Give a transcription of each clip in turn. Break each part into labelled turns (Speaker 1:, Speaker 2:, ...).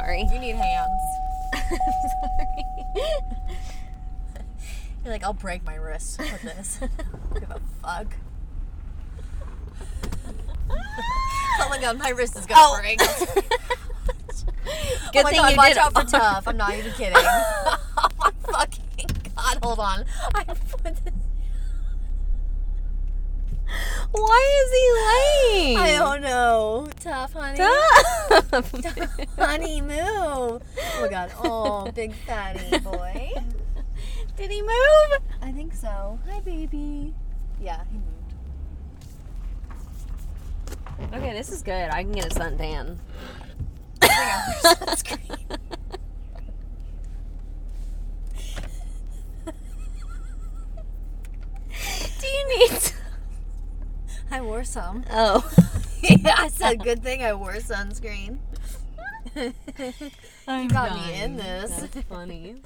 Speaker 1: sorry.
Speaker 2: You need hands.
Speaker 1: I'm sorry.
Speaker 2: You're like, I'll break my wrist with this. Give a fuck. oh my god, my wrist is gonna
Speaker 1: Oh.
Speaker 2: break.
Speaker 1: Good
Speaker 2: oh my
Speaker 1: thing
Speaker 2: god,
Speaker 1: you
Speaker 2: watch
Speaker 1: did it
Speaker 2: out for
Speaker 1: on-
Speaker 2: tough. I'm not even kidding. oh my fucking god, hold on. I put this.
Speaker 1: Why is he lame?
Speaker 2: I don't know. Tough, honey. Honey, move. Oh my god. Oh, big fatty boy.
Speaker 1: Did he move?
Speaker 2: I think so. Hi, baby. Yeah, he moved.
Speaker 1: Okay, this is good. I can get a suntan.
Speaker 2: Oh Hang on, sunscreen.
Speaker 1: Do you need?
Speaker 2: I wore some.
Speaker 1: Oh.
Speaker 2: yeah, I said, good thing I wore sunscreen.
Speaker 1: i
Speaker 2: got me in this.
Speaker 1: That's funny.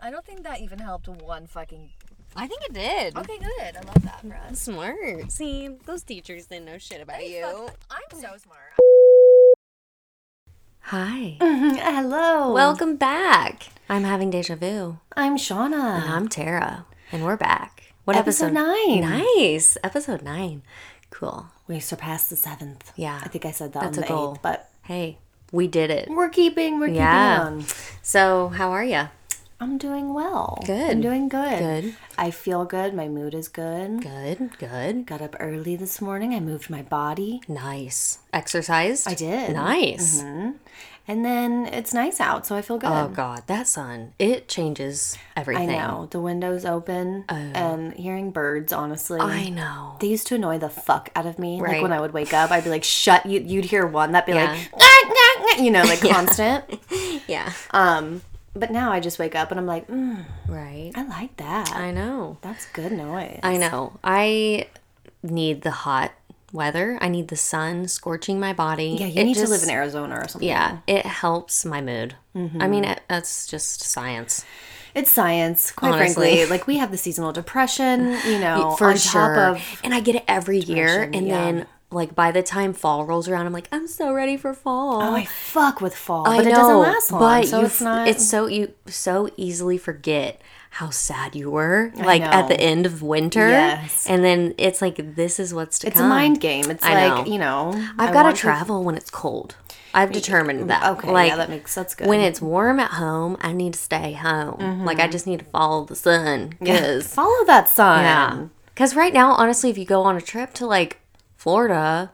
Speaker 2: I don't think that even helped one fucking.
Speaker 1: I think it did.
Speaker 2: Okay, good. I love that for us.
Speaker 1: Smart. See, those teachers didn't know shit about you.
Speaker 2: I'm so smart.
Speaker 1: Hi.
Speaker 2: Mm-hmm. Hello.
Speaker 1: Welcome back. I'm having deja vu.
Speaker 2: I'm Shauna.
Speaker 1: And I'm Tara. And we're back. What
Speaker 2: Uh. Episode nine.
Speaker 1: Nice. Episode nine. Cool.
Speaker 2: We surpassed the seventh.
Speaker 1: Yeah.
Speaker 2: I think I said that
Speaker 1: That's
Speaker 2: on
Speaker 1: a
Speaker 2: the
Speaker 1: goal.
Speaker 2: eighth, but
Speaker 1: Hey, we did it.
Speaker 2: we're keeping. We're
Speaker 1: Yeah.
Speaker 2: keeping on.
Speaker 1: So, how are you?
Speaker 2: I'm doing well.
Speaker 1: Good.
Speaker 2: I'm doing good.
Speaker 1: Good.
Speaker 2: I feel good. My mood is good.
Speaker 1: Good. Good.
Speaker 2: Got up early this morning. I moved my body,
Speaker 1: Nice. Exercised?
Speaker 2: I did.
Speaker 1: Nice.
Speaker 2: and then it's nice out, so I feel good.
Speaker 1: Oh, God. That sun. It changes
Speaker 2: I
Speaker 1: everything.
Speaker 2: know the windows open and hearing birds. Honestly,
Speaker 1: Oh. I know.
Speaker 2: They used to annoy the fuck out of me. Like when
Speaker 1: Right.
Speaker 2: I would wake up, I'd be like, "Shut you!" You'd hear one that'd be
Speaker 1: Yeah.
Speaker 2: like, "Nyah, nyah, nyah," you know, like constant.
Speaker 1: Yeah.
Speaker 2: Um, but now I just wake up and I'm like, mm,
Speaker 1: Right.
Speaker 2: I like that.
Speaker 1: I know.
Speaker 2: That's good noise.
Speaker 1: I know. I need the hot weather. I need the sun scorching my body.
Speaker 2: yeah, you need to live in Arizona or something.
Speaker 1: Yeah, it helps my mood. I
Speaker 2: Mm-hmm.
Speaker 1: mean, it, that's just science.
Speaker 2: It's science, quite
Speaker 1: Honestly.
Speaker 2: frankly. Like we have the seasonal depression, you know,
Speaker 1: For
Speaker 2: Oh, on
Speaker 1: sure.
Speaker 2: top of
Speaker 1: and I get it every year.
Speaker 2: depression,
Speaker 1: And
Speaker 2: yeah.
Speaker 1: then, like, by the time fall rolls around, I'm like, I'm so ready for fall.
Speaker 2: oh, I fuck with fall,
Speaker 1: Oh, I
Speaker 2: but it doesn't last long.
Speaker 1: But
Speaker 2: so
Speaker 1: you,
Speaker 2: it's not.
Speaker 1: It's so you so easily forget how sad you were, like
Speaker 2: know.
Speaker 1: at the end of winter.
Speaker 2: Yes.
Speaker 1: And then it's like this is what's to
Speaker 2: it's
Speaker 1: come.
Speaker 2: a mind game. It's
Speaker 1: I
Speaker 2: like
Speaker 1: know.
Speaker 2: you know,
Speaker 1: I've
Speaker 2: I
Speaker 1: got to
Speaker 2: want
Speaker 1: travel when it's cold. I've determined that.
Speaker 2: Okay, yeah, that makes that's good. Mm-hmm.
Speaker 1: When it's warm at home, I need to stay home. Like I just need to follow the sun. Cause,
Speaker 2: follow that sign.
Speaker 1: yeah. Because right now, honestly, if you go on a trip to like Florida,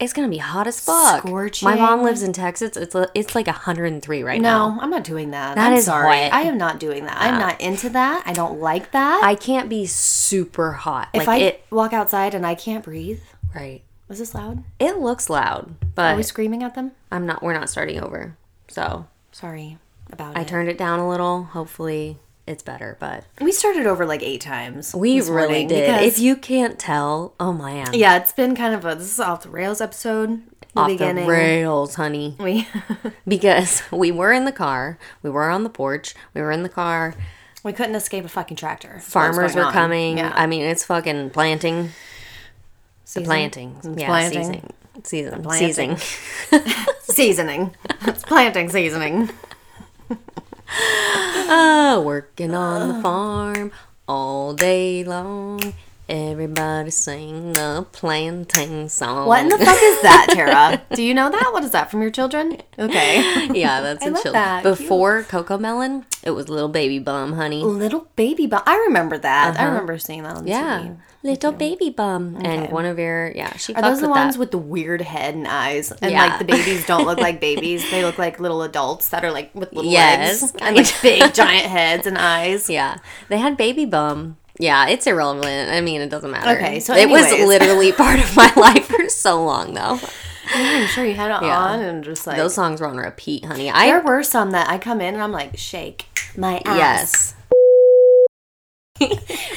Speaker 1: it's gonna be hot as fuck. My mom
Speaker 2: Scorching.
Speaker 1: lives in Texas. It's it's like 103 right now.
Speaker 2: No, I'm not doing that.
Speaker 1: That
Speaker 2: I'm
Speaker 1: is
Speaker 2: sorry.
Speaker 1: what-
Speaker 2: I am not doing that. I'm not into that. I don't like that.
Speaker 1: I can't be super hot.
Speaker 2: if
Speaker 1: Like
Speaker 2: I
Speaker 1: it,
Speaker 2: walk outside and I can't breathe,
Speaker 1: right?
Speaker 2: was this loud?
Speaker 1: It looks loud,
Speaker 2: Are
Speaker 1: but
Speaker 2: we screaming at them?
Speaker 1: I'm not. We're not starting over. So
Speaker 2: Sorry about
Speaker 1: I
Speaker 2: it.
Speaker 1: turned it down a little. Hopefully, it's better. But
Speaker 2: we started over like eight times.
Speaker 1: We
Speaker 2: this
Speaker 1: really
Speaker 2: morning
Speaker 1: did.
Speaker 2: because-
Speaker 1: If you can't tell, oh man,
Speaker 2: yeah, it's been kind of a this is off the rails episode. The
Speaker 1: off
Speaker 2: beginning.
Speaker 1: the rails, honey.
Speaker 2: We
Speaker 1: Because we were in the car, we were on the porch, we were in the car.
Speaker 2: we couldn't escape a fucking tractor. That's what was
Speaker 1: Farmers
Speaker 2: going
Speaker 1: were
Speaker 2: on.
Speaker 1: coming.
Speaker 2: Yeah.
Speaker 1: I mean, it's fucking planting.
Speaker 2: Season-
Speaker 1: The planting, yeah,
Speaker 2: planting.
Speaker 1: seizing, season,
Speaker 2: planting.
Speaker 1: seizing.
Speaker 2: seasoning. it's planting seasoning.
Speaker 1: Oh, working on the farm all day long. Everybody sing the planting song.
Speaker 2: What in the fuck is that, Tara? Do you know that? What is that from your children? Okay.
Speaker 1: yeah, that's a
Speaker 2: love
Speaker 1: chill.
Speaker 2: that. Cute.
Speaker 1: Before Coco Melon, it was little baby bum, honey.
Speaker 2: Little baby bum. I remember that. I remember seeing that on
Speaker 1: Uh-huh. Yeah.
Speaker 2: TV.
Speaker 1: Little baby bum. And one of your yeah, she
Speaker 2: Are
Speaker 1: fucks
Speaker 2: those the
Speaker 1: with
Speaker 2: ones
Speaker 1: that.
Speaker 2: with the weird head and eyes? And
Speaker 1: Yeah.
Speaker 2: like the babies don't look like babies. They look like little adults that are like with little
Speaker 1: Yes,
Speaker 2: legs and like big giant heads and eyes.
Speaker 1: yeah. They had baby bum. Yeah, it's irrelevant. I mean, it doesn't matter.
Speaker 2: Okay, so
Speaker 1: it was
Speaker 2: anyways.
Speaker 1: literally part of my life for so long though.
Speaker 2: I'm sure you had it on and just like
Speaker 1: Those songs were on repeat, honey. I
Speaker 2: there were some that I come in and I'm like, shake my
Speaker 1: yes.
Speaker 2: ass.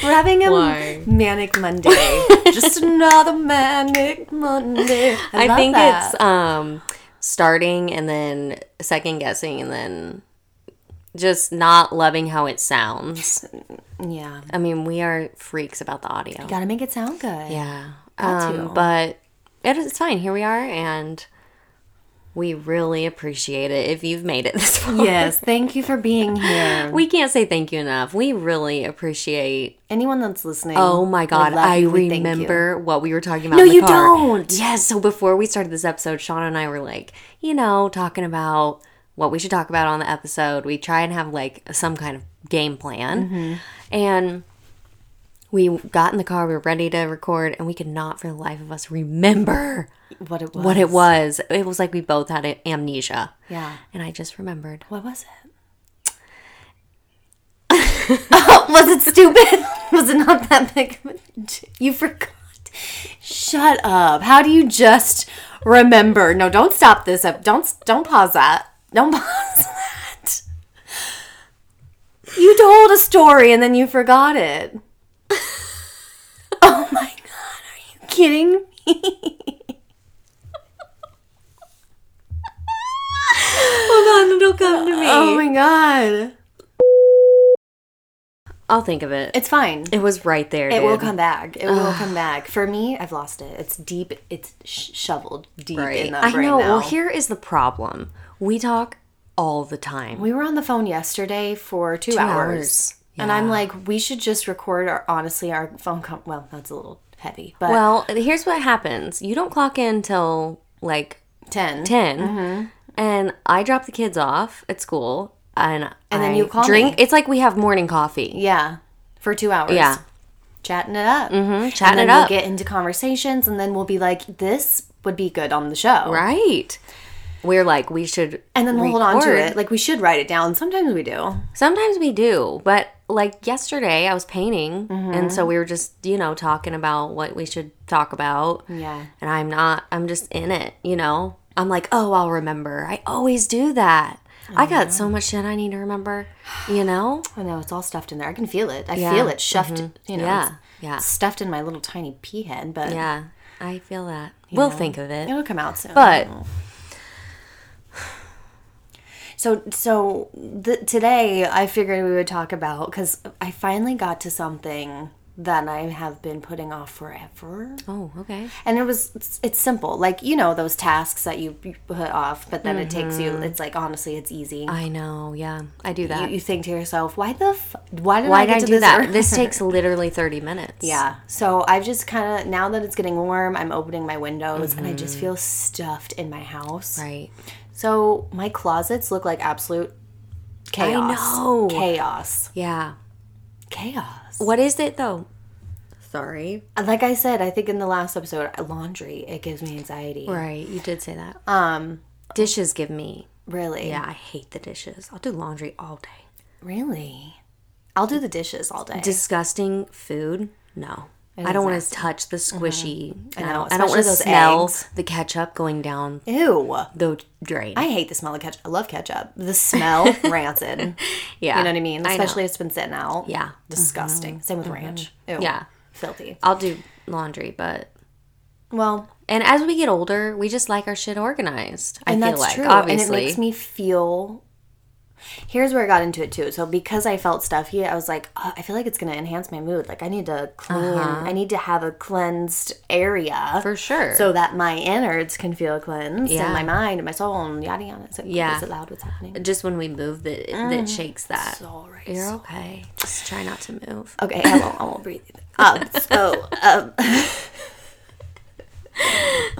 Speaker 2: We're having a
Speaker 1: Why?
Speaker 2: manic Monday. just another manic Monday. I,
Speaker 1: I,
Speaker 2: love
Speaker 1: think
Speaker 2: that.
Speaker 1: it's um starting and then second guessing and then just not loving how it sounds.
Speaker 2: Yeah.
Speaker 1: I mean, we are freaks about the audio.
Speaker 2: Gotta make it sound good.
Speaker 1: Yeah.
Speaker 2: Got
Speaker 1: um,
Speaker 2: to.
Speaker 1: But it is, it's fine. Here we are, and We really appreciate it if you've made it this far.
Speaker 2: Yes, thank you for being here.
Speaker 1: We can't say thank you enough. We really appreciate.
Speaker 2: Anyone that's listening.
Speaker 1: Oh my
Speaker 2: we
Speaker 1: God,
Speaker 2: love
Speaker 1: I
Speaker 2: you, we thank you.
Speaker 1: remember what we were talking about.
Speaker 2: No,
Speaker 1: in the
Speaker 2: you
Speaker 1: car.
Speaker 2: don't.
Speaker 1: Yes. So before we started this episode, Sean and I were like, you know, talking about what we should talk about on the episode. We try and have like some kind of game plan,
Speaker 2: Mm-hmm.
Speaker 1: and we got in the car. We were ready to record, and we could not, for the life of us, remember
Speaker 2: what it was.
Speaker 1: what it was. It was like we both had a- amnesia.
Speaker 2: Yeah.
Speaker 1: And I just remembered.
Speaker 2: What was it? was it stupid? was it not that big? of a- You forgot. Shut up. How do you just remember? No, don't stop this up. Don't don't pause that. Don't pause that. You told a story and then you forgot it. oh my god, are you kidding me?
Speaker 1: Hold on, it'll come to me.
Speaker 2: Oh my god.
Speaker 1: I'll think of it.
Speaker 2: It's fine.
Speaker 1: It was right there.
Speaker 2: It
Speaker 1: dude.
Speaker 2: will come back. It will come back. For me, I've lost it. It's deep. It's sh- shoveled deep in
Speaker 1: Right.
Speaker 2: the
Speaker 1: I
Speaker 2: brain
Speaker 1: know.
Speaker 2: now.
Speaker 1: Well, here is the problem. We talk all the time.
Speaker 2: we were on the phone yesterday for two, hours,
Speaker 1: hours.
Speaker 2: and I'm like, we should just record our honestly our phone. Com- well, that's a little heavy, but
Speaker 1: well, here's what happens. You don't clock in till like
Speaker 2: ten.
Speaker 1: 10
Speaker 2: Mm-hmm.
Speaker 1: and I drop the kids off at school, and and
Speaker 2: then you call
Speaker 1: drink. It's like we have morning coffee.
Speaker 2: Yeah, for two hours.
Speaker 1: Yeah.
Speaker 2: chatting it up, mm-hmm.
Speaker 1: Chatting
Speaker 2: and then
Speaker 1: it up.
Speaker 2: We'll get into conversations, and then we'll be like, this would be good on the show,
Speaker 1: Right. We're like we should,
Speaker 2: And then we'll hold on to
Speaker 1: record.
Speaker 2: it. Like we should write it down. Sometimes we do.
Speaker 1: Sometimes we do, but like yesterday, I was painting,
Speaker 2: Mm-hmm.
Speaker 1: and so we were just you know talking about what we should talk about.
Speaker 2: Yeah.
Speaker 1: and I'm not. I'm just in it. You know, I'm like, oh, I'll remember. I always do that. I got so much shit I need to remember. You know?
Speaker 2: I know it's all stuffed in there. I can feel it. I
Speaker 1: Yeah. Mm-hmm.
Speaker 2: feel it shoved. You know.
Speaker 1: yeah,
Speaker 2: it's-
Speaker 1: yeah,
Speaker 2: stuffed in my little tiny pea head, but
Speaker 1: yeah. I feel that. We'll think of it.
Speaker 2: it'll come out soon.
Speaker 1: But
Speaker 2: so so th- today I figured we would talk about because I finally got to something that I have been putting off forever,
Speaker 1: oh, okay.
Speaker 2: and it was it's, it's simple, like you know those tasks that you you put off, but then it takes
Speaker 1: Mm-hmm.
Speaker 2: you. It's like honestly, it's easy.
Speaker 1: I know. Yeah, I do that.
Speaker 2: you, you think to yourself, why the f- why did
Speaker 1: Why
Speaker 2: I
Speaker 1: did
Speaker 2: get
Speaker 1: I
Speaker 2: to
Speaker 1: do
Speaker 2: this
Speaker 1: that?
Speaker 2: earlier?
Speaker 1: This takes literally thirty minutes.
Speaker 2: Yeah. So I've just kind of now that it's getting warm, I'm opening my windows and I just feel stuffed in my house.
Speaker 1: Mm-hmm. Right.
Speaker 2: So my closets look like absolute chaos.
Speaker 1: know.
Speaker 2: Chaos.
Speaker 1: Yeah.
Speaker 2: Chaos.
Speaker 1: What is it though? Sorry.
Speaker 2: Uh, Like I said, I think in the last episode, uh, laundry, it gives me anxiety.
Speaker 1: Right, you did say that.
Speaker 2: Um,
Speaker 1: Dishes give me.
Speaker 2: really.
Speaker 1: Uh, Yeah, I hate the dishes. I'll do laundry all day.
Speaker 2: Really. I'll do the dishes all day.
Speaker 1: Disgusting food? No. I don't want to touch the squishy. I
Speaker 2: Mm-hmm. know,
Speaker 1: don't, I don't want to
Speaker 2: especially those
Speaker 1: smell
Speaker 2: eggs.
Speaker 1: the ketchup going down
Speaker 2: Ew.
Speaker 1: the drain.
Speaker 2: I hate the smell of ketchup. I love ketchup. The smell, rancid.
Speaker 1: yeah.
Speaker 2: You know what I mean?
Speaker 1: know.
Speaker 2: Especially if it's been sitting out.
Speaker 1: Yeah. Mm-hmm.
Speaker 2: Disgusting. Same with ranch. Ew.
Speaker 1: Yeah.
Speaker 2: Filthy.
Speaker 1: I'll do laundry, but.
Speaker 2: Well,
Speaker 1: And as we get older, we just like our shit organized.
Speaker 2: and
Speaker 1: I
Speaker 2: that's
Speaker 1: feel like,
Speaker 2: true.
Speaker 1: obviously.
Speaker 2: And it makes me feel. Here's where I got into it too. So because I felt stuffy, I was like, "Oh, I feel like it's going to enhance my mood. Like I need to clean. I need to have a cleansed area
Speaker 1: Uh-huh. for sure.
Speaker 2: so that my innards can feel cleansed
Speaker 1: Yeah.
Speaker 2: and my mind and my soul and yada yada. So,
Speaker 1: Yeah.
Speaker 2: Is it loud? What's happening?
Speaker 1: just when we move, that
Speaker 2: Mm.
Speaker 1: that shakes that.
Speaker 2: Sorry.
Speaker 1: You're okay. Just try not to move.
Speaker 2: Okay, I won't. I won't breathe. Um, so, um,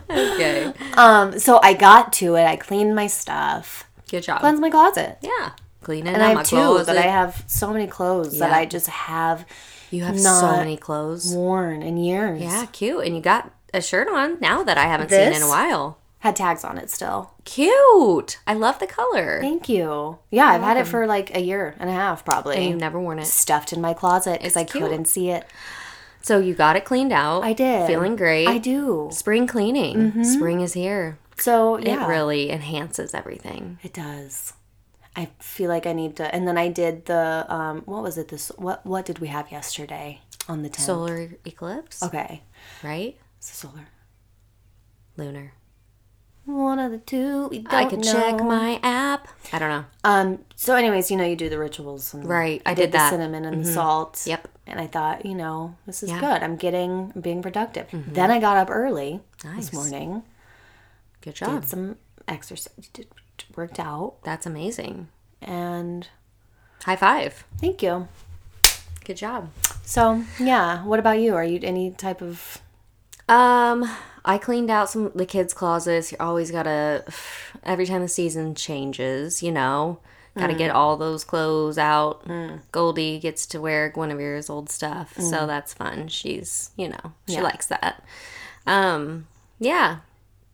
Speaker 1: Okay.
Speaker 2: um, so I got to it. I cleaned my stuff.
Speaker 1: Good job.
Speaker 2: Cleansed my closet.
Speaker 1: Yeah. Cleaning
Speaker 2: And
Speaker 1: up
Speaker 2: I
Speaker 1: my
Speaker 2: have two,
Speaker 1: clothes.
Speaker 2: but I have so many clothes that
Speaker 1: Yeah.
Speaker 2: I just have
Speaker 1: you have so
Speaker 2: not-
Speaker 1: many clothes.
Speaker 2: worn in years.
Speaker 1: Yeah, cute. And you got a shirt on now that I haven't seen in a
Speaker 2: This?
Speaker 1: while.
Speaker 2: Had tags on it still.
Speaker 1: Cute. I love the color.
Speaker 2: Thank you. Yeah, I've had it for like a year and a half probably.
Speaker 1: You've never worn it.
Speaker 2: Stuffed in my closet
Speaker 1: It's
Speaker 2: because I
Speaker 1: cute.
Speaker 2: couldn't see it.
Speaker 1: So you got it cleaned out.
Speaker 2: I did.
Speaker 1: Feeling great.
Speaker 2: I do.
Speaker 1: Spring cleaning. Spring is here.
Speaker 2: So yeah,
Speaker 1: It really enhances everything.
Speaker 2: it does. I feel like I need to. And then I did the um, what was it? This what what did we have yesterday on the tenth?
Speaker 1: Solar eclipse,
Speaker 2: Okay,
Speaker 1: right?
Speaker 2: it's solar.
Speaker 1: Lunar.
Speaker 2: One of the two. We don't
Speaker 1: I can
Speaker 2: know.
Speaker 1: check my app. I don't know.
Speaker 2: Um. So, anyways, you know, you do the rituals. And
Speaker 1: Right. I
Speaker 2: I
Speaker 1: did,
Speaker 2: did, Mm-hmm. the
Speaker 1: that.
Speaker 2: cinnamon and the salt.
Speaker 1: Yep.
Speaker 2: And I thought, you know, this is good. I'm getting, Mm-hmm. I'm being productive. Then I got up early
Speaker 1: Nice.
Speaker 2: this morning,
Speaker 1: Good job.
Speaker 2: some exercise, did worked out,
Speaker 1: That's amazing.
Speaker 2: and
Speaker 1: High five.
Speaker 2: thank you.
Speaker 1: Good job.
Speaker 2: So yeah, what about you? Are you any type of
Speaker 1: Um, I cleaned out some the kids' closets. You always gotta every time the season changes, you know, gotta get all those clothes out. Goldie gets to wear Guinevere's old stuff, so that's fun. She's you know she likes that. Um, yeah,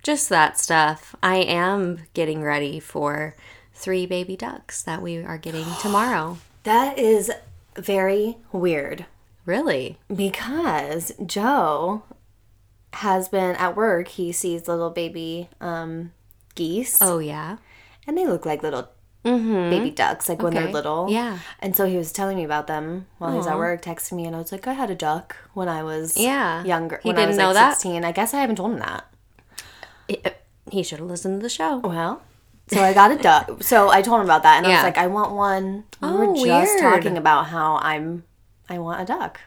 Speaker 1: just that stuff. I am getting ready for three baby ducks that we are getting tomorrow.
Speaker 2: that is very weird
Speaker 1: Really?
Speaker 2: because Joe has been at work. He sees little baby um, geese,
Speaker 1: Oh yeah.
Speaker 2: and they look like little baby ducks, like when they're
Speaker 1: Mm-hmm. Okay.
Speaker 2: little.
Speaker 1: Yeah.
Speaker 2: And so he was telling me about them while he was at work, texting me, and I was like, I had a duck when I was
Speaker 1: Yeah.
Speaker 2: younger.
Speaker 1: He
Speaker 2: when I
Speaker 1: didn't
Speaker 2: was
Speaker 1: know
Speaker 2: like
Speaker 1: that?
Speaker 2: 16. I guess I haven't told him that.
Speaker 1: He should have listened to the show.
Speaker 2: Well, so I got a duck. So I told him about that, and I
Speaker 1: Yeah.
Speaker 2: was like, I want one. We were
Speaker 1: Oh,
Speaker 2: just
Speaker 1: weird.
Speaker 2: talking about how I'm, I want a duck.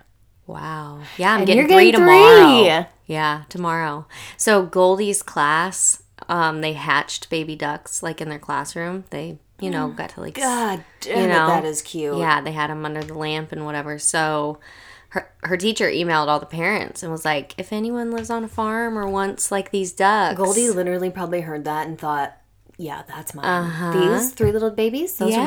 Speaker 1: Wow. Yeah, I'm
Speaker 2: you're
Speaker 1: getting, three
Speaker 2: getting
Speaker 1: tomorrow.
Speaker 2: three.
Speaker 1: Yeah, tomorrow. So Goldie's class, um, they hatched baby ducks like in their classroom. They, you know, got to like, s-
Speaker 2: Oh God damn
Speaker 1: you
Speaker 2: it,
Speaker 1: know,
Speaker 2: that is cute.
Speaker 1: Yeah, they had them under the lamp and whatever. So her her teacher emailed all the parents and was like, if anyone lives on a farm or wants like these ducks,
Speaker 2: Goldie literally probably heard that and thought, yeah, that's mine. These three little babies, those are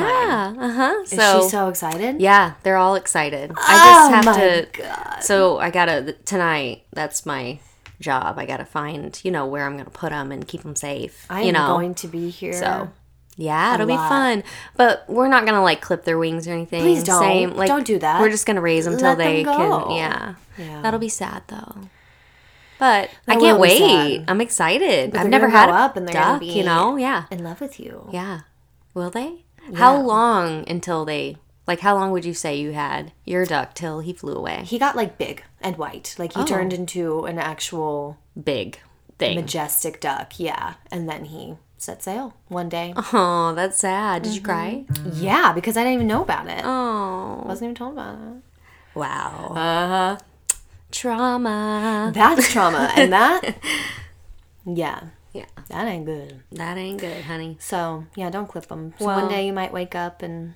Speaker 1: Uh-huh.
Speaker 2: mine.
Speaker 1: Yeah. Uh huh.
Speaker 2: Is she so excited?
Speaker 1: Yeah, they're all excited. I just
Speaker 2: Oh
Speaker 1: have
Speaker 2: my
Speaker 1: to. So I gotta th- tonight. That's my job. I gotta find you know where I'm gonna put them and keep them safe.
Speaker 2: I am
Speaker 1: you know.
Speaker 2: going to be here.
Speaker 1: so yeah, it'll be
Speaker 2: lot.
Speaker 1: fun. But we're not gonna like clip their wings or anything.
Speaker 2: Please don't.
Speaker 1: Same, like,
Speaker 2: Don't do that.
Speaker 1: We're just gonna raise them till
Speaker 2: Let them
Speaker 1: they
Speaker 2: go.
Speaker 1: can. Yeah.
Speaker 2: Yeah.
Speaker 1: That'll be sad though. But I
Speaker 2: That
Speaker 1: can't
Speaker 2: will be sad.
Speaker 1: wait. I'm excited. I've
Speaker 2: they're
Speaker 1: never
Speaker 2: gonna
Speaker 1: had
Speaker 2: grow
Speaker 1: a
Speaker 2: up and they're gonna
Speaker 1: duck.
Speaker 2: be-
Speaker 1: You know. Yeah.
Speaker 2: in love with you.
Speaker 1: Yeah. Will they? How long until they like how long would you say you had your duck till he flew away?
Speaker 2: He got like big and white. Like he
Speaker 1: Oh.
Speaker 2: turned into an actual
Speaker 1: Big thing.
Speaker 2: majestic duck. Yeah. And then he set sail one day.
Speaker 1: Oh, that's sad. Did you
Speaker 2: Mm-hmm.
Speaker 1: cry?
Speaker 2: Yeah, because I didn't even know about it.
Speaker 1: Oh.
Speaker 2: wasn't even told about it.
Speaker 1: Wow. Uh-huh. Trauma.
Speaker 2: That's trauma. and that, yeah,
Speaker 1: Yeah.
Speaker 2: that ain't good.
Speaker 1: That ain't good, honey.
Speaker 2: So, yeah, don't clip them. So
Speaker 1: Well-
Speaker 2: one day you might wake up and,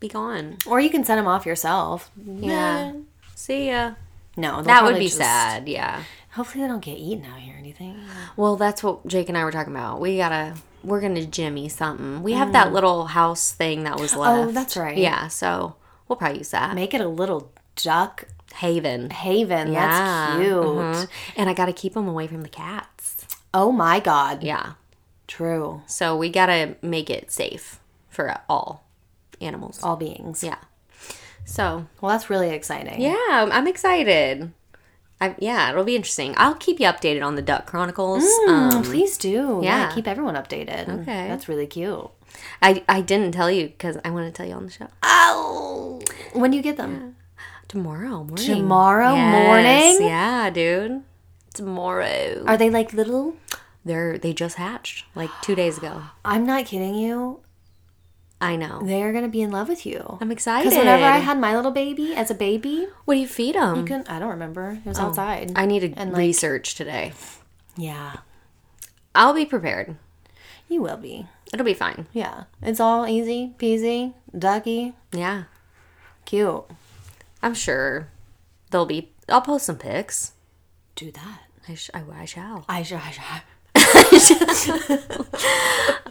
Speaker 1: Be gone.
Speaker 2: or you can send them off yourself.
Speaker 1: Yeah. See ya.
Speaker 2: No, they'll
Speaker 1: That would
Speaker 2: probably
Speaker 1: be
Speaker 2: just-
Speaker 1: sad, yeah.
Speaker 2: Hopefully they don't get eaten out here or anything.
Speaker 1: Well, that's what Jake and I were talking about. We gotta we're gonna jimmy something. We have that little house thing that was left.
Speaker 2: Mm. Oh, that's right.
Speaker 1: Yeah, so we'll probably use that.
Speaker 2: Make it a little duck
Speaker 1: Haven.
Speaker 2: haven.
Speaker 1: Yeah,
Speaker 2: That's cute.
Speaker 1: mhm. And I got to keep them away from the cats.
Speaker 2: Oh my god.
Speaker 1: Yeah.
Speaker 2: True.
Speaker 1: So we got to make it safe for all animals.
Speaker 2: All beings.
Speaker 1: Yeah. So,
Speaker 2: Well, that's really exciting.
Speaker 1: yeah, I'm- I'm excited. I, yeah, it'll be interesting. I'll keep you updated on the Duck Chronicles. Um,
Speaker 2: Mm, Please do. Yeah.
Speaker 1: yeah.
Speaker 2: Keep everyone updated.
Speaker 1: Okay.
Speaker 2: That's really cute.
Speaker 1: I, I didn't tell you because I want to tell you on the show.
Speaker 2: Ow. When do you get them?
Speaker 1: Tomorrow morning.
Speaker 2: Tomorrow
Speaker 1: Yes,
Speaker 2: morning?
Speaker 1: Yeah, dude. Tomorrow.
Speaker 2: Are they like little?
Speaker 1: They're, they just hatched like two days ago.
Speaker 2: I'm not kidding you.
Speaker 1: I know.
Speaker 2: They are going to be in love with you.
Speaker 1: I'm excited.
Speaker 2: Because whenever I had my little baby as a baby,
Speaker 1: what do you feed them?
Speaker 2: couldn't, I don't remember. It was
Speaker 1: Oh,
Speaker 2: outside.
Speaker 1: um, I need to research today.
Speaker 2: yeah.
Speaker 1: I'll be prepared.
Speaker 2: You will be.
Speaker 1: It'll be fine.
Speaker 2: Yeah. It's all easy peasy, ducky,
Speaker 1: Yeah.
Speaker 2: cute.
Speaker 1: I'm sure they'll be. I'll post some pics.
Speaker 2: Do that.
Speaker 1: I, sh- I, I shall.
Speaker 2: I should. I should.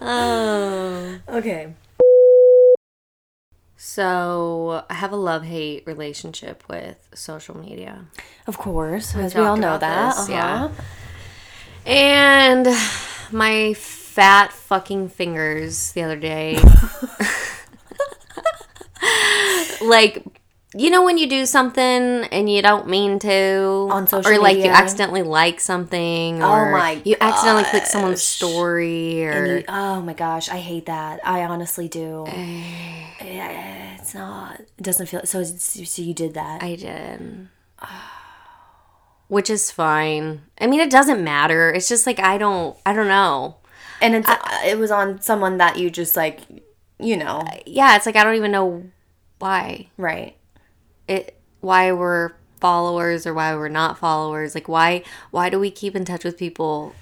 Speaker 2: Okay.
Speaker 1: So I have a love hate relationship with social media.
Speaker 2: Of course, as we all
Speaker 1: talked
Speaker 2: know
Speaker 1: about
Speaker 2: that.
Speaker 1: this,
Speaker 2: uh-huh.
Speaker 1: And my fat fucking fingers the other day. like, you know when you do something and you don't mean to
Speaker 2: On social
Speaker 1: or like
Speaker 2: media? Oh
Speaker 1: you accidentally like something or
Speaker 2: my
Speaker 1: you accidentally click someone's story or
Speaker 2: You- oh my gosh, I hate that. I honestly do.
Speaker 1: Eh.
Speaker 2: Yeah, it's not. It doesn't feel so. it's- So you did that.
Speaker 1: I did. Which is fine. I mean, it doesn't matter. It's just like I don't I don't know.
Speaker 2: and it's, uh, it was on someone that you just like, you know,
Speaker 1: Yeah, it's like I don't even know why.
Speaker 2: right?
Speaker 1: it why we're followers or why we're not followers like why why do we keep in touch with people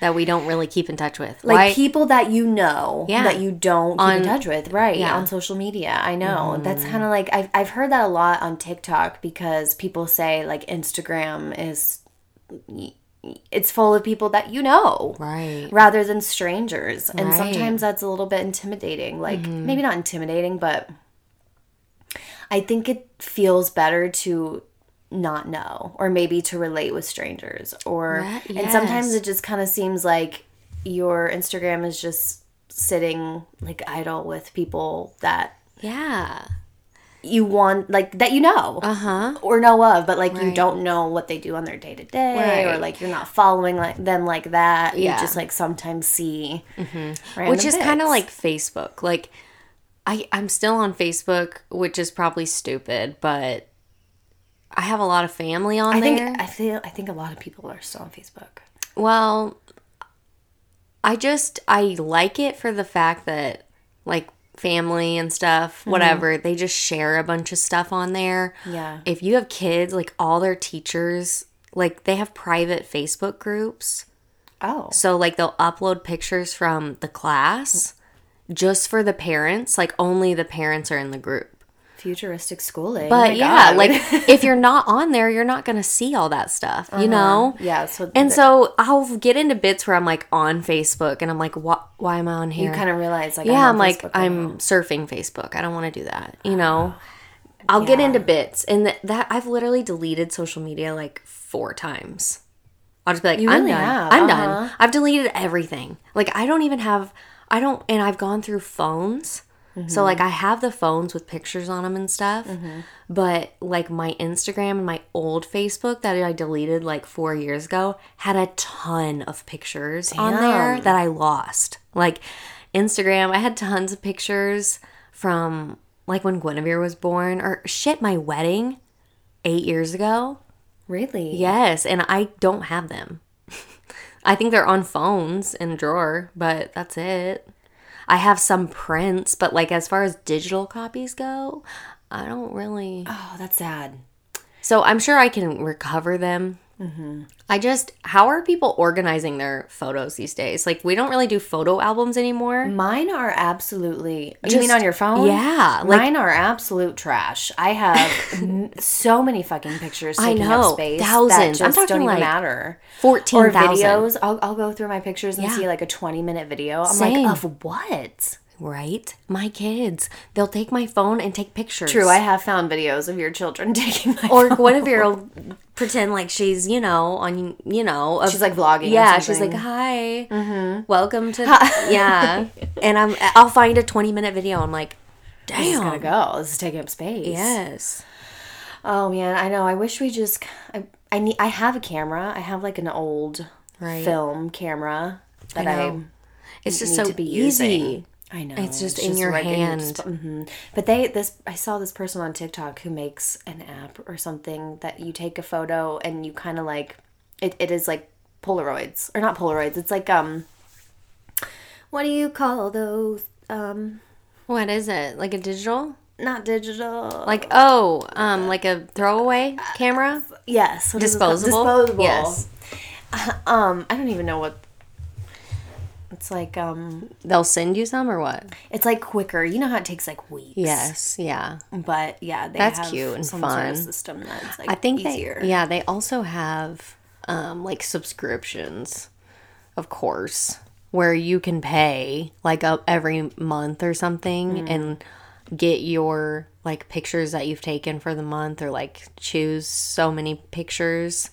Speaker 1: that we don't really keep in touch with.
Speaker 2: like
Speaker 1: Why-
Speaker 2: people that you know
Speaker 1: Yeah.
Speaker 2: that you don't keep
Speaker 1: On-
Speaker 2: in touch with right
Speaker 1: yeah. Mm-hmm.
Speaker 2: on social media i know that's kind of like I've, I've heard that a lot on tiktok because people say like instagram is it's full of people that you know
Speaker 1: right.
Speaker 2: rather than strangers and
Speaker 1: Right. Mm-hmm.
Speaker 2: sometimes that's a little bit intimidating like maybe not intimidating but i think it feels better to not know or maybe to relate with strangers or
Speaker 1: Right,
Speaker 2: and sometimes
Speaker 1: yes.
Speaker 2: it just kind of seems like your instagram is just sitting like idle with people that
Speaker 1: Yeah.
Speaker 2: you want like that you know
Speaker 1: Uh-huh.
Speaker 2: or know of but like you
Speaker 1: Right.
Speaker 2: don't know what they do on their day to day or
Speaker 1: Right.
Speaker 2: like you're not following like them like that
Speaker 1: Yeah. Mm-hmm.
Speaker 2: you just like sometimes see random
Speaker 1: Which is kind of
Speaker 2: pics.
Speaker 1: like Facebook. Like I I'm still on Facebook, which is probably stupid, but I have a lot of family on
Speaker 2: I
Speaker 1: there.
Speaker 2: think I feel I think a lot of people are still on Facebook.
Speaker 1: Well, I just I like it for the fact that like family and stuff,
Speaker 2: Mm-hmm.
Speaker 1: whatever, they just share a bunch of stuff on there.
Speaker 2: Yeah.
Speaker 1: If you have kids, like all their teachers, like they have private Facebook groups.
Speaker 2: Oh,
Speaker 1: So like they'll upload pictures from the class just for the parents, like only the parents are in the group.
Speaker 2: futuristic schooling.
Speaker 1: But
Speaker 2: Oh My
Speaker 1: yeah,
Speaker 2: God.
Speaker 1: like if you're not on there, you're not going to see all that stuff, you know?
Speaker 2: Uh-huh. yeah. So
Speaker 1: And
Speaker 2: and so
Speaker 1: so I'll get into bits where I'm like on Facebook and I'm like, why, why am I on here?
Speaker 2: you kind of realize like
Speaker 1: yeah,
Speaker 2: on
Speaker 1: I'm like,
Speaker 2: Facebook now.
Speaker 1: I'm surfing Facebook. I don't want to do that, you know?
Speaker 2: Uh-huh.
Speaker 1: I'll get into bits. And th- that I've literally deleted social media like four times. I'll just be like, I'm
Speaker 2: really
Speaker 1: done.
Speaker 2: have,
Speaker 1: I'm
Speaker 2: uh-huh.
Speaker 1: done. I've deleted everything. Like, I don't even have, I don't, and I've gone through phones. So, like,
Speaker 2: Mm-hmm.
Speaker 1: I have the phones with pictures on them and stuff. But, like, my Instagram and my old Facebook that I deleted like four years ago had a ton of pictures on there that I lost. Like, Instagram, I had tons of pictures from like when Guinevere was born or shit, my wedding eight years ago.
Speaker 2: really
Speaker 1: Yes, and I don't have them. I think they're on phones and drawer, but that's it. I have some prints, but like as far as digital copies go, I don't really.
Speaker 2: Oh, that's sad.
Speaker 1: So I'm sure I can recover them.
Speaker 2: Mm-hmm.
Speaker 1: I just, how are people organizing their photos these days? Like, we don't really do photo albums anymore.
Speaker 2: Mine are absolutely. you mean
Speaker 1: Just-
Speaker 2: on your phone?
Speaker 1: yeah, like-
Speaker 2: mine are absolute trash. I have n- so many fucking pictures.
Speaker 1: I
Speaker 2: Taking
Speaker 1: know,
Speaker 2: up space
Speaker 1: thousands.
Speaker 2: That
Speaker 1: I'm
Speaker 2: just don't
Speaker 1: talking,
Speaker 2: even
Speaker 1: like,
Speaker 2: matter. Or
Speaker 1: 14,000.
Speaker 2: videos. I'll, I'll go through my pictures and
Speaker 1: Yeah.
Speaker 2: see like a 20 minute video. I'm
Speaker 1: Same.
Speaker 2: like, of what?
Speaker 1: Right? My kids. They'll take my phone and take pictures.
Speaker 2: True, I have found videos of your children taking my
Speaker 1: or Guinevere will pretend like she's, you know, on, you know, of,
Speaker 2: She's like vlogging. or
Speaker 1: yeah, she's
Speaker 2: something.
Speaker 1: like, hi, welcome to, yeah, and I'm, I'll find a 20 minute video. I'm like,
Speaker 2: gotta
Speaker 1: damn,
Speaker 2: go. This is taking up space.
Speaker 1: yes,
Speaker 2: Oh man, I know. I wish we just. I I need. I have a camera. I have like an old
Speaker 1: Right.
Speaker 2: film camera that I,
Speaker 1: know. it's just
Speaker 2: need
Speaker 1: so
Speaker 2: to be
Speaker 1: easy.
Speaker 2: using. I know.
Speaker 1: It's just in your hand.
Speaker 2: hmm But they this I saw this person on TikTok who makes an app or something that you take a photo and you kind of like it, it is like Polaroids or not Polaroids. It's like um what do you call those um
Speaker 1: What is it like a digital?
Speaker 2: not digital
Speaker 1: Like oh, um, like a throwaway camera,
Speaker 2: Yes. what is it called?
Speaker 1: disposable.
Speaker 2: Disposable.
Speaker 1: Yes,
Speaker 2: Um, I don't even know what. It's like um,
Speaker 1: they'll send you some or what?
Speaker 2: it's like quicker. You know how it takes like weeks.
Speaker 1: Yes, yeah.
Speaker 2: But yeah, they
Speaker 1: That's
Speaker 2: have
Speaker 1: cute and
Speaker 2: some Sort
Speaker 1: fun.
Speaker 2: of system that's like
Speaker 1: I think
Speaker 2: easier.
Speaker 1: they yeah they also have um, like subscriptions, of course, where you can pay like up every month or something and get your like pictures that you've taken for the month or like choose so many pictures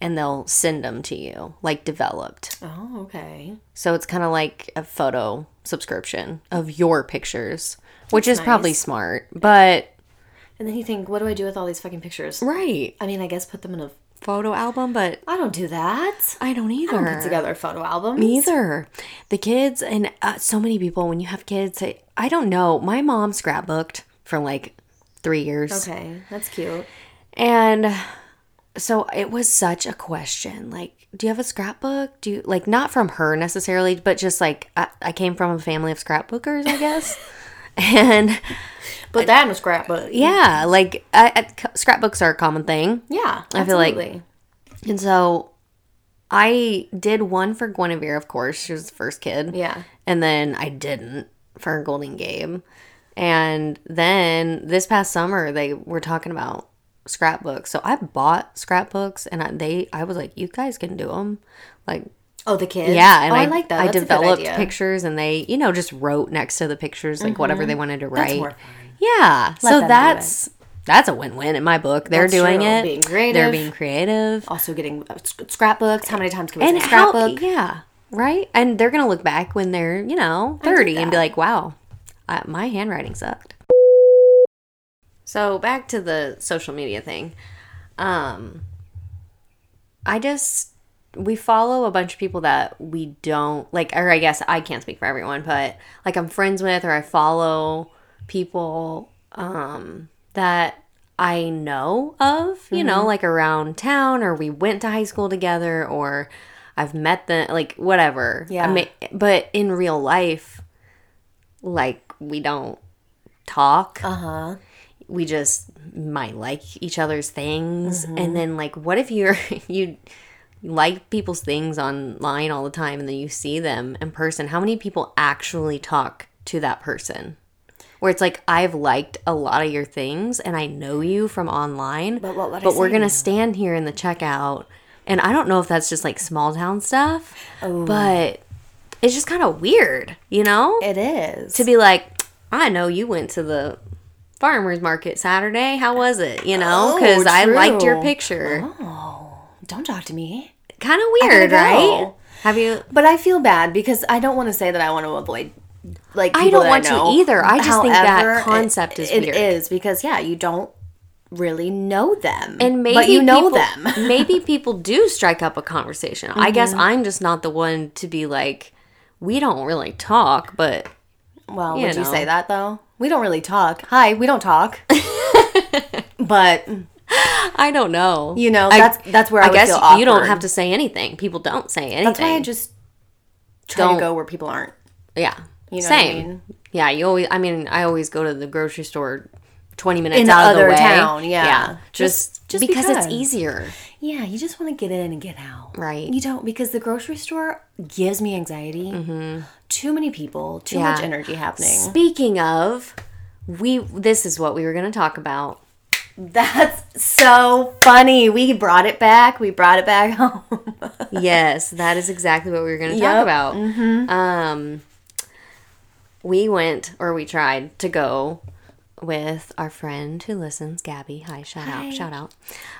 Speaker 1: and they'll send them to you like developed.
Speaker 2: Oh, okay.
Speaker 1: So it's kind of like a photo subscription of your pictures, which is probably smart, but
Speaker 2: And then you think, what do I do with all these fucking pictures?
Speaker 1: right.
Speaker 2: I mean, I guess put them in a.
Speaker 1: Photo album, but
Speaker 2: I don't do that.
Speaker 1: I don't either.
Speaker 2: Put together a photo album.
Speaker 1: Neither. The kids and uh, so many people when you have kids, I, I don't know. My mom scrapbooked for like 3 years.
Speaker 2: Okay, that's cute.
Speaker 1: And so it was such a question. Like, do you have a scrapbook? Do you like not from her necessarily, but just like I, I came from a family of scrapbookers, I guess. and
Speaker 2: But that was scrapbook. Yeah,
Speaker 1: yeah, like I, I- scrapbooks are a common thing.
Speaker 2: yeah.
Speaker 1: I feel like-
Speaker 2: absolutely.
Speaker 1: And so I did one for Guinevere, of course. She was the first kid.
Speaker 3: Yeah.
Speaker 1: And then I didn't for Golden Gabe. And then this past summer, they were talking about scrapbooks. So I bought scrapbooks and I, they, I was like, you guys can do them. Like,
Speaker 3: Oh, the kids.
Speaker 1: yeah. And
Speaker 3: oh,
Speaker 1: I,
Speaker 3: like that.
Speaker 1: I
Speaker 3: That's a good
Speaker 1: developed
Speaker 3: idea.
Speaker 1: pictures and they, you know, just wrote next to the pictures, like whatever they wanted to write.
Speaker 2: Mm-hmm. more fun.
Speaker 1: yeah.
Speaker 2: them
Speaker 1: so
Speaker 2: do it.
Speaker 1: that's, that's a win-win in my book. They're
Speaker 2: That's
Speaker 1: doing
Speaker 2: true.
Speaker 1: it.
Speaker 2: Being
Speaker 1: They're
Speaker 2: creative.
Speaker 1: being creative.
Speaker 2: Also getting uh, sc- scrapbooks. How many times can we
Speaker 1: and
Speaker 2: and scrapbook?
Speaker 1: How, yeah, right. And they're gonna look back when they're you know thirty and be like, "Wow, I, my handwriting sucked." So back to the social media thing. Um, I just we follow a bunch of people that we don't like, or I guess I can't speak for everyone, but like I'm friends with, or I follow people um, that I know of, you know, like around town, or we went to high school together, or I've met them, like whatever.
Speaker 2: Yeah.
Speaker 1: I mean, but in real life, like we don't talk
Speaker 2: Uh huh.
Speaker 1: we just might like each other's things
Speaker 2: Mm-hmm.
Speaker 1: and then like what if you're you like people's things online all the time and then you see them in person how many people actually talk to that person where it's like i've liked a lot of your things and i know you from online
Speaker 2: But what would I
Speaker 1: but we're
Speaker 2: say
Speaker 1: gonna stand here in the checkout and i don't know if that's just like small town stuff but it's just kind of weird you know
Speaker 2: It is.
Speaker 1: to be like, I know you went to the farmers market Saturday. How was it? You know,
Speaker 2: Oh,
Speaker 1: because I liked your
Speaker 2: true. Uh-huh.
Speaker 1: picture.
Speaker 2: don't talk to me.
Speaker 1: Kind of weird,
Speaker 2: gotta
Speaker 1: right?
Speaker 2: go.
Speaker 1: Have you?
Speaker 2: But I feel bad because I don't want to say that I want to avoid like
Speaker 1: I
Speaker 2: people
Speaker 1: don't
Speaker 2: that
Speaker 1: want to
Speaker 2: know.
Speaker 1: either. I just think that concept
Speaker 2: is
Speaker 1: is weird.
Speaker 2: It is because yeah, you don't really know them,
Speaker 1: And maybe
Speaker 2: but you know
Speaker 1: people-
Speaker 2: them.
Speaker 1: maybe people do strike up a conversation. I guess
Speaker 2: Mm-hmm.
Speaker 1: I'm just not the one to be like, we don't really talk, but
Speaker 2: Well,
Speaker 1: you
Speaker 2: would you
Speaker 1: know.
Speaker 2: say that though? We don't really talk. Hi, we don't talk. but
Speaker 1: I don't know.
Speaker 2: you know,
Speaker 1: I-
Speaker 2: that's that's where I,
Speaker 1: I,
Speaker 2: would
Speaker 1: guess
Speaker 2: feel
Speaker 1: you don't
Speaker 2: awkward.
Speaker 1: have to say anything. People don't say anything.
Speaker 2: That's why I just try
Speaker 1: Don't.
Speaker 2: to go where people aren't.
Speaker 1: Yeah.
Speaker 2: You know what I
Speaker 1: Same.
Speaker 2: mean?
Speaker 1: Yeah, you always I mean, I always go to the grocery store 20 minutes
Speaker 2: In
Speaker 1: out of
Speaker 2: other
Speaker 1: the way.
Speaker 2: town, yeah.
Speaker 1: Just just,
Speaker 2: Just- just
Speaker 1: because,
Speaker 2: because.
Speaker 1: it's easier.
Speaker 2: Yeah, you just want to get in and get out.
Speaker 1: Right.
Speaker 2: You don't because the grocery store gives me anxiety. Mm-hmm. Too many people, too
Speaker 1: Yeah.
Speaker 2: much energy happening.
Speaker 1: Speaking of, we this is what we were going to talk about.
Speaker 2: That's so funny. We brought it back. We brought it back home.
Speaker 1: yes, that is exactly what we were going to talk
Speaker 2: Yep.
Speaker 1: about.
Speaker 2: Mm-hmm.
Speaker 1: Um, we went or we tried to go with our friend who listens, Gabby. Hi, shout out, shout out.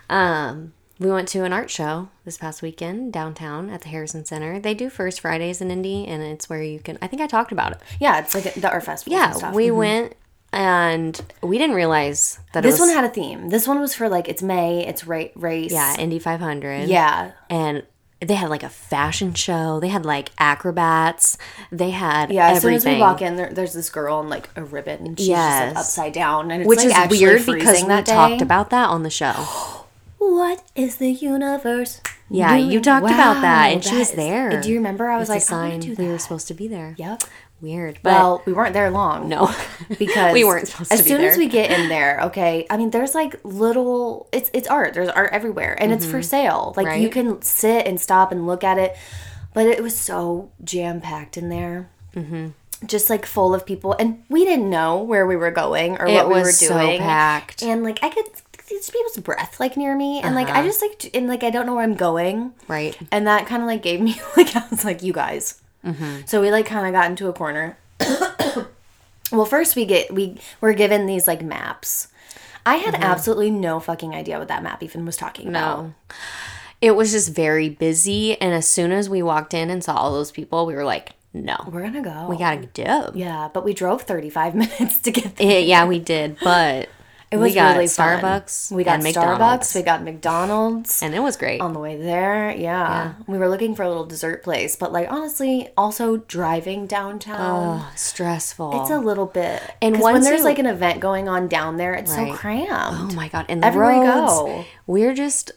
Speaker 1: Um, we went to an art show this past weekend downtown at the Harrison Center. They do First Fridays in Indy, and it's where you can. I think I talked about it.
Speaker 2: yeah, it's like the art festival.
Speaker 1: Yeah,
Speaker 2: and stuff. Mm-hmm.
Speaker 1: we went and we didn't realize that
Speaker 2: This
Speaker 1: it was
Speaker 2: one had a theme. This one was for like it's May, it's ra- race.
Speaker 1: yeah Indy 500.
Speaker 2: Yeah.
Speaker 1: and they had like a fashion show. They had like acrobats. They had
Speaker 2: Yeah, as
Speaker 1: everything.
Speaker 2: soon as we walk in, there, there's this girl in like a ribbon. And she's just
Speaker 1: Yes.
Speaker 2: like upside down, and it's
Speaker 1: which
Speaker 2: like,
Speaker 1: is
Speaker 2: actually
Speaker 1: weird
Speaker 2: freezing
Speaker 1: because we
Speaker 2: that day.
Speaker 1: talked about that on the show.
Speaker 2: what is the universe.
Speaker 1: Yeah, you
Speaker 2: doing?
Speaker 1: talked about that,
Speaker 2: Wow,
Speaker 1: and she was
Speaker 2: is-
Speaker 1: there.
Speaker 2: Do you remember? I was
Speaker 1: It's a
Speaker 2: like, I
Speaker 1: sign
Speaker 2: want to do that.
Speaker 1: we were supposed to be there.
Speaker 2: Yep.
Speaker 1: Weird, but
Speaker 2: Well, we weren't there long.
Speaker 1: no,
Speaker 2: because
Speaker 1: we weren't supposed
Speaker 2: as
Speaker 1: to be
Speaker 2: soon
Speaker 1: there.
Speaker 2: as we get in there okay i mean there's like little it's it's art there's art everywhere and it's for sale like you
Speaker 1: Mm-hmm. Right.
Speaker 2: can sit and stop and look at it but it was so jam packed in there mm-hmm. just like full of people and we didn't know where we were going or
Speaker 1: it
Speaker 2: what we were
Speaker 1: was so
Speaker 2: doing
Speaker 1: packed.
Speaker 2: and like i could it's people's breath like near me and
Speaker 1: Uh-huh.
Speaker 2: like i just like d- and like i don't know where i'm going
Speaker 1: right?
Speaker 2: and that kind of like gave me like I was like you guys.
Speaker 1: Mm-hmm.
Speaker 2: So we like kind of got into a corner. well, first we get we were given these like maps. I had
Speaker 1: Mm-hmm.
Speaker 2: absolutely no fucking idea what that map even was talking about.
Speaker 1: It was just very busy, and as soon as we walked in and saw all those people, we were like, "No,
Speaker 2: We're gonna go.
Speaker 1: we gotta go." Yeah,
Speaker 2: yeah, but we drove 35 minutes to get there.
Speaker 1: yeah, we did, but
Speaker 2: It was
Speaker 1: we got
Speaker 2: really fun.
Speaker 1: Starbucks.
Speaker 2: We got
Speaker 1: and
Speaker 2: Starbucks.
Speaker 1: McDonald's,
Speaker 2: We got McDonald's.
Speaker 1: and it was great.
Speaker 2: on the way there, yeah. We were looking for a little dessert place, but like honestly, also driving downtown.
Speaker 1: oh, stressful.
Speaker 2: It's a little bit.
Speaker 1: And
Speaker 2: And when
Speaker 1: once
Speaker 2: there's
Speaker 1: you-
Speaker 2: like an event going on down there, it's
Speaker 1: Right.
Speaker 2: so cramped.
Speaker 1: Oh my god! And the
Speaker 2: Everywhere you
Speaker 1: roads,
Speaker 2: go.
Speaker 1: we're just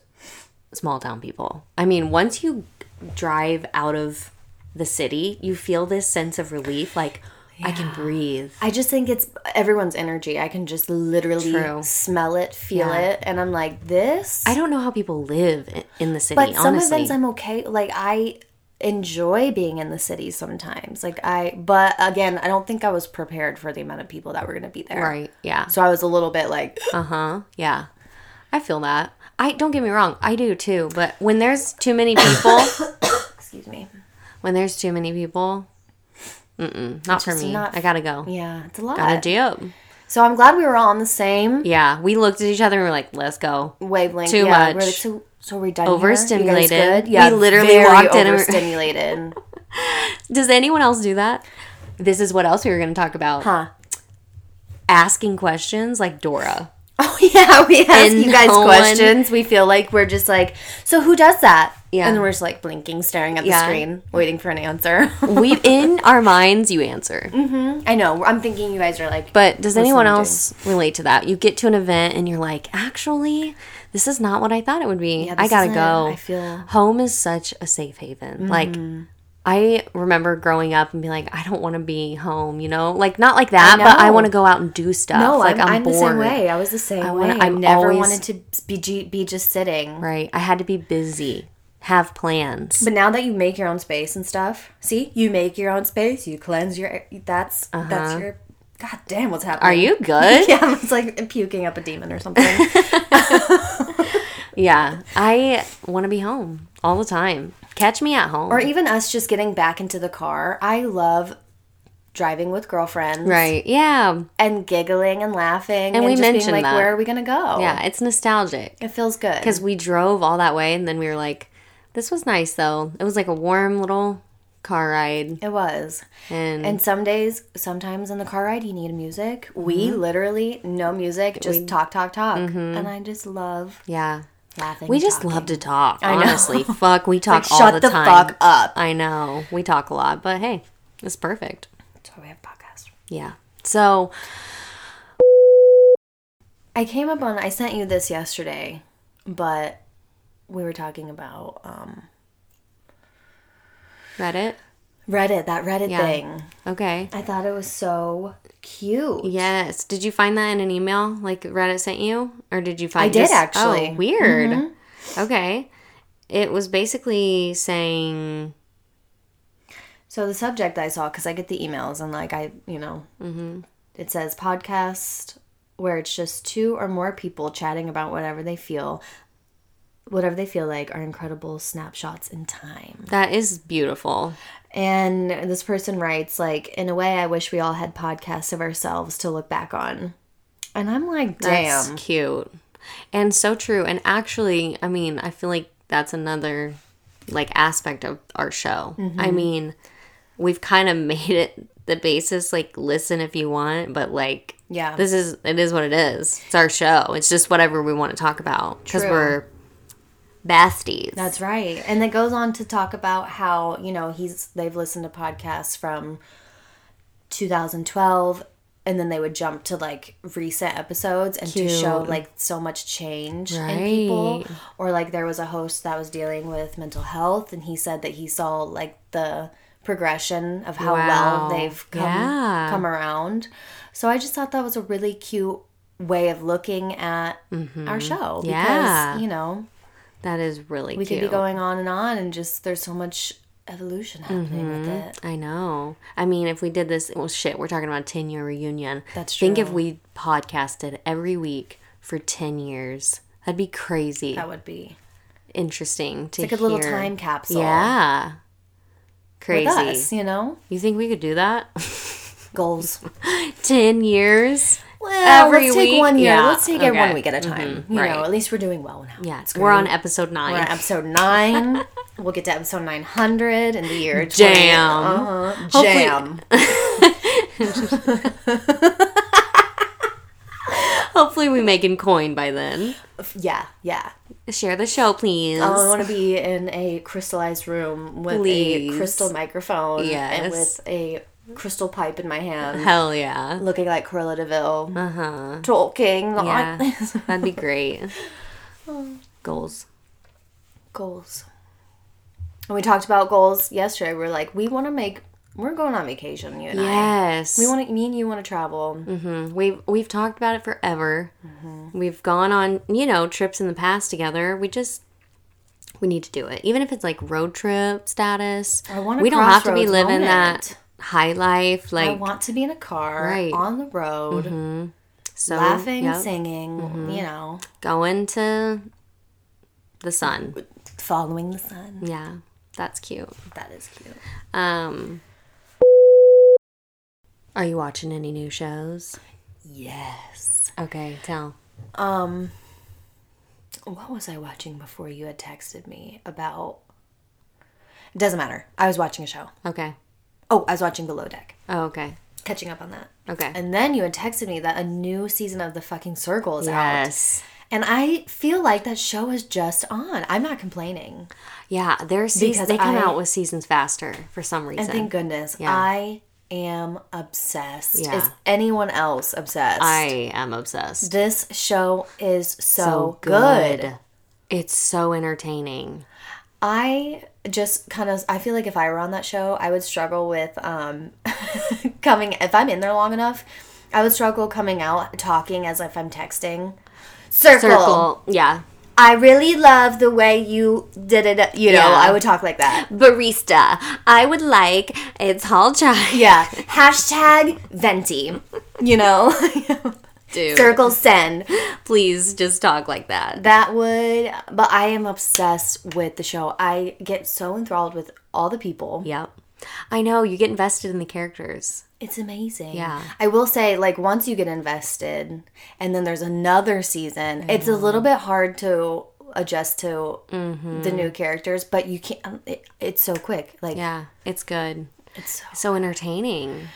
Speaker 1: small town people. I mean, once you drive out of the city, you feel this sense of relief, like I can breathe.
Speaker 2: I just think it's everyone's energy. I can just literally
Speaker 1: True.
Speaker 2: smell it, feel it, and I'm like, this.
Speaker 1: I don't know how people live i- in the city,
Speaker 2: but some
Speaker 1: honestly.
Speaker 2: events I'm okay. Like I enjoy being in the city sometimes. Like I, but again, I don't think I was prepared for the amount of people that were going to be there.
Speaker 1: right. Yeah.
Speaker 2: So I was a little bit like,
Speaker 1: Uh huh. Yeah. I feel that. I don't get me wrong. I do too. But when there's too many people,
Speaker 2: excuse me.
Speaker 1: when there's too many people, mm-mm, not for
Speaker 2: just
Speaker 1: me.
Speaker 2: not-
Speaker 1: I gotta go.
Speaker 2: Yeah, it's a
Speaker 1: Gotta
Speaker 2: lot.
Speaker 1: do.
Speaker 2: so I'm glad we were all on the same
Speaker 1: Yeah. We looked at each other and we're like, let's go.
Speaker 2: wavelength.
Speaker 1: Too
Speaker 2: yeah, We're
Speaker 1: much.
Speaker 2: like, so, so are we done here? You guys
Speaker 1: Overstimulated.
Speaker 2: good?
Speaker 1: We
Speaker 2: Yeah,
Speaker 1: literally
Speaker 2: very
Speaker 1: walked in and we're-
Speaker 2: overstimulated.
Speaker 1: Does anyone else do that? This is what else we were gonna talk about.
Speaker 2: huh.
Speaker 1: Asking questions like Dora.
Speaker 2: Oh yeah, we ask
Speaker 1: And
Speaker 2: you guys
Speaker 1: no one-
Speaker 2: questions. We feel like we're just like, so who does that?
Speaker 1: Yeah.
Speaker 2: and then we're just like blinking, staring at the
Speaker 1: Yeah.
Speaker 2: screen, waiting for an answer.
Speaker 1: We in our minds, you answer.
Speaker 2: I know. I'm thinking you guys are like,
Speaker 1: But does anyone
Speaker 2: Listening.
Speaker 1: else relate to that? You get to an event and you're like, actually, this is not what I thought it would be. I
Speaker 2: this
Speaker 1: gotta
Speaker 2: isn't-
Speaker 1: go.
Speaker 2: I feel- Mm-hmm.
Speaker 1: home is such a safe haven. Like, I remember growing up and being like, I don't want to be home. You know, like not like that, but I
Speaker 2: know.
Speaker 1: want to go out and do stuff.
Speaker 2: no,
Speaker 1: like
Speaker 2: I'm, I'm, the same way. I was the same
Speaker 1: I
Speaker 2: way.
Speaker 1: wanna-
Speaker 2: I
Speaker 1: I'm
Speaker 2: never
Speaker 1: always-
Speaker 2: wanted to be ju- be just sitting.
Speaker 1: Right? I had to be busy, have plans.
Speaker 2: But now that you make your own space and stuff, see, you make your own space. You cleanse your. That's that's your. God damn, what's happening?
Speaker 1: Uh-huh. Are you good?
Speaker 2: Yeah, it's like puking up a demon or something.
Speaker 1: yeah, I want to be home all the time. Catch me at home.
Speaker 2: or even us just getting back into the car. I love driving with girlfriends
Speaker 1: right? Yeah,
Speaker 2: and giggling and laughing and,
Speaker 1: we
Speaker 2: just
Speaker 1: mentioned
Speaker 2: being like,
Speaker 1: that.
Speaker 2: where are we gonna go?
Speaker 1: yeah. It's nostalgic.
Speaker 2: it feels good
Speaker 1: because we drove all that way and then we were like this was nice though it was like a warm little car ride
Speaker 2: it was.
Speaker 1: and,
Speaker 2: And some days, sometimes in the car ride, you need music. We
Speaker 1: Mm-hmm.
Speaker 2: literally no music, just talk, talk, talk. And I just love
Speaker 1: yeah
Speaker 2: laughing.
Speaker 1: Mm-hmm. we
Speaker 2: and
Speaker 1: just
Speaker 2: talking.
Speaker 1: love to talk
Speaker 2: know.
Speaker 1: honestly fuck we talk all
Speaker 2: shut
Speaker 1: the,
Speaker 2: the
Speaker 1: time Uh,
Speaker 2: fuck up.
Speaker 1: i know we talk a lot but hey it's perfect
Speaker 2: That's why we have podcasts.
Speaker 1: yeah so
Speaker 2: I came up on. I sent you this yesterday, but we were talking about um,
Speaker 1: reddit
Speaker 2: Reddit. That Reddit
Speaker 1: Yeah.
Speaker 2: thing.
Speaker 1: okay
Speaker 2: I thought it was so cute.
Speaker 1: yes did you find that in an email like reddit sent you or did you find
Speaker 2: did,
Speaker 1: just-
Speaker 2: actually. Mm-hmm.
Speaker 1: oh, weird okay it was basically saying
Speaker 2: So the subject I saw because I get the emails and like I you know
Speaker 1: Mm-hmm.
Speaker 2: it says podcast where it's just two or more people chatting about whatever they feel, whatever they feel like are incredible snapshots in time.
Speaker 1: that is beautiful
Speaker 2: And this person writes like in a way I wish we all had podcasts of ourselves to look back on. And I'm like, damn.
Speaker 1: That's cute. And so true. And actually, I mean, I feel like that's another like aspect of our show.
Speaker 2: Mm-hmm.
Speaker 1: I mean, we've kind of made it the basis like listen if you want, but like
Speaker 2: Yeah.
Speaker 1: This is it is what it is. It's our show. It's just whatever we want to talk about cuz
Speaker 2: True.
Speaker 1: we're besties.
Speaker 2: That's right. And it goes on to talk about how, you know, he's they've listened to podcasts from 2012 and then they would jump to like recent episodes and to show
Speaker 1: Cute.
Speaker 2: like so much change in people
Speaker 1: Right.
Speaker 2: or like there was a host that was dealing with mental health and he said that he saw like the progression of how
Speaker 1: Wow.
Speaker 2: well they've come
Speaker 1: Yeah.
Speaker 2: come around. So I just thought that was a really cute way of looking at our show because,
Speaker 1: Mm-hmm. Yeah.
Speaker 2: you know,
Speaker 1: that is really
Speaker 2: we
Speaker 1: cute.
Speaker 2: could be going on and on and just there's so much evolution happening with it
Speaker 1: I know. I mean, if we did this, well, shit, we're talking about a 10 year reunion.
Speaker 2: That's
Speaker 1: Think if
Speaker 2: true.
Speaker 1: we podcasted every week for 10 years. That'd be crazy.
Speaker 2: that would be
Speaker 1: Interesting to
Speaker 2: like a little
Speaker 1: hear.
Speaker 2: time capsule
Speaker 1: Yeah.
Speaker 2: with
Speaker 1: Crazy.
Speaker 2: us you know
Speaker 1: You think we could do that?
Speaker 2: goals
Speaker 1: 10 years?
Speaker 2: well,
Speaker 1: Every
Speaker 2: let's take
Speaker 1: week?
Speaker 2: one year
Speaker 1: Yeah,
Speaker 2: let's take it
Speaker 1: okay. Mm-hmm.
Speaker 2: one week at a time you
Speaker 1: right.
Speaker 2: know at least we're doing well now
Speaker 1: Yeah.
Speaker 2: It's
Speaker 1: we're
Speaker 2: great.
Speaker 1: on episode 9
Speaker 2: we're on episode 9 we'll get to episode 900 in the year 20
Speaker 1: Jam.
Speaker 2: uh-huh. jam
Speaker 1: Hopefully, we make in coin by then.
Speaker 2: yeah yeah Oh,
Speaker 1: Share the show, please.
Speaker 2: I want to be in a crystallized room with
Speaker 1: Please.
Speaker 2: a crystal microphone and
Speaker 1: Yes.
Speaker 2: with a crystal pipe in my hand
Speaker 1: Hell yeah. Uh-huh.
Speaker 2: looking like Cruella Deville, talking like
Speaker 1: Yeah. That'd be great.
Speaker 2: Oh.
Speaker 1: Goals.
Speaker 2: goals. And we talked about goals yesterday. We are like, we want to make We're going on vacation, you and
Speaker 1: Yes. Mm.
Speaker 2: I. We want to. Me and you want to travel.
Speaker 1: Mm-hmm. We've we've talked about it forever.
Speaker 2: Mm-hmm.
Speaker 1: We've gone on, you know, trips in the past together. We just we need to do it. Even if it's like road trip status.
Speaker 2: I want a
Speaker 1: we don't have to be
Speaker 2: crossroads
Speaker 1: living
Speaker 2: moment.
Speaker 1: that high life
Speaker 2: I
Speaker 1: like
Speaker 2: want to be in a car
Speaker 1: Right. Mm-hmm.
Speaker 2: on the road,
Speaker 1: so
Speaker 2: laughing,
Speaker 1: yep, Mm-hmm.
Speaker 2: singing. You know,
Speaker 1: going to the sun.
Speaker 2: following the sun.
Speaker 1: Yeah. That's cute.
Speaker 2: That is cute.
Speaker 1: Um Are you watching any new shows?
Speaker 2: Yes.
Speaker 1: Okay, tell.
Speaker 2: Um. What was I watching before you had texted me about? It doesn't matter. I was watching a show.
Speaker 1: Okay.
Speaker 2: Oh, I was watching Below Deck.
Speaker 1: Oh, okay.
Speaker 2: Catching up on that.
Speaker 1: Okay.
Speaker 2: And then you had texted me that a new season of The Fucking Circle is out.
Speaker 1: yes.
Speaker 2: And I feel like that show is just on. I'm not complaining.
Speaker 1: Yeah, their seasons
Speaker 2: Because
Speaker 1: they come
Speaker 2: I-
Speaker 1: out with seasons faster for some reason.
Speaker 2: And thank goodness.
Speaker 1: Yeah.
Speaker 2: I am obsessed.
Speaker 1: Yeah.
Speaker 2: Is anyone else obsessed?
Speaker 1: I am obsessed.
Speaker 2: This show is so, good.
Speaker 1: It's so entertaining.
Speaker 2: I just kind of I feel like if I were on that show, I would struggle with um coming if I'm in there long enough, I would struggle coming out talking as if I'm texting. Circle.
Speaker 1: Circle. Yeah.
Speaker 2: I really love the way you did it. You know,
Speaker 1: Yeah.
Speaker 2: I would talk like that.
Speaker 1: Barista. I would like it's hall chai.
Speaker 2: Yeah. Hashtag venti. You know,
Speaker 1: Dude,
Speaker 2: circle send.
Speaker 1: please just talk like that.
Speaker 2: That would, but I am obsessed with the show. I get so enthralled with all the people.
Speaker 1: Yep. I know you get invested in the characters.
Speaker 2: It's amazing.
Speaker 1: Yeah.
Speaker 2: I will say, like, once you get invested and then there's another season, it's a little bit hard to adjust to
Speaker 1: Mm-hmm.
Speaker 2: the new characters, but you can't, um, it, it's so quick. Like,
Speaker 1: Yeah, it's good.
Speaker 2: it's so,
Speaker 1: So entertaining.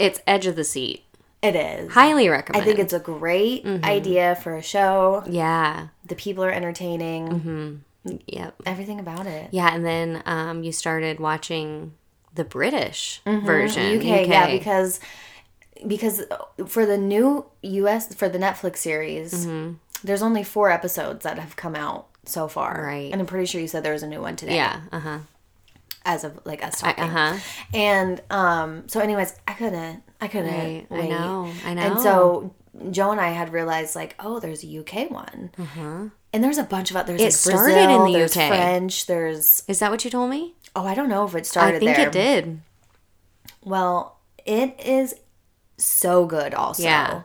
Speaker 1: It's edge of the seat.
Speaker 2: it is.
Speaker 1: Highly
Speaker 2: I
Speaker 1: recommend.
Speaker 2: think it's a great
Speaker 1: Mm-hmm.
Speaker 2: idea for a show.
Speaker 1: yeah.
Speaker 2: The people are entertaining.
Speaker 1: Mm-hmm. Yep.
Speaker 2: Everything about it.
Speaker 1: Yeah, and then um, you started watching the British version.
Speaker 2: UK, Mm-hmm. yeah, because because for the new US for the Netflix series,
Speaker 1: Mm-hmm.
Speaker 2: there's only four episodes that have come out so far,
Speaker 1: Right.
Speaker 2: And I'm pretty sure you said there was a new one today,
Speaker 1: yeah, uh huh,
Speaker 2: As of like us talking,
Speaker 1: uh huh.
Speaker 2: and um, so anyways, I couldn't, I couldn't.
Speaker 1: Right, I
Speaker 2: wait.
Speaker 1: know, I
Speaker 2: And
Speaker 1: know.
Speaker 2: so Joe and I had realized like, oh, there's a UK one, and there's a bunch of others. It like
Speaker 1: Uh-huh. started
Speaker 2: Brazil,
Speaker 1: in the
Speaker 2: there's
Speaker 1: UK.
Speaker 2: French. There's
Speaker 1: Is that what you told me?
Speaker 2: oh, I don't know if it
Speaker 1: I
Speaker 2: started.
Speaker 1: think
Speaker 2: there.
Speaker 1: it did.
Speaker 2: Well, it is so good. Also,
Speaker 1: Yeah, Mm-hmm.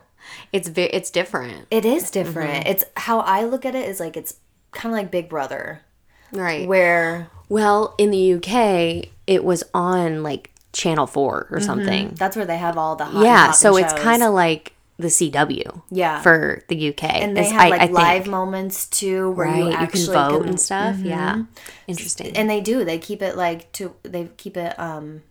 Speaker 1: it's ve- it's different,
Speaker 2: It is different. It's how I look at it is like it's kind of like Big Brother,
Speaker 1: right?
Speaker 2: where
Speaker 1: well, in the UK, it was on like Channel Four
Speaker 2: Mm-hmm.
Speaker 1: or something.
Speaker 2: that's where they have all the hot
Speaker 1: Yeah, so it's kind of like the CW.
Speaker 2: Yeah.
Speaker 1: for the UK,
Speaker 2: and they
Speaker 1: is-
Speaker 2: have like live moments too, where
Speaker 1: right?
Speaker 2: you
Speaker 1: You,
Speaker 2: actually
Speaker 1: can vote
Speaker 2: can- Mm-hmm.
Speaker 1: and stuff. Yeah, interesting.
Speaker 2: and they do. They keep it like to they keep it um,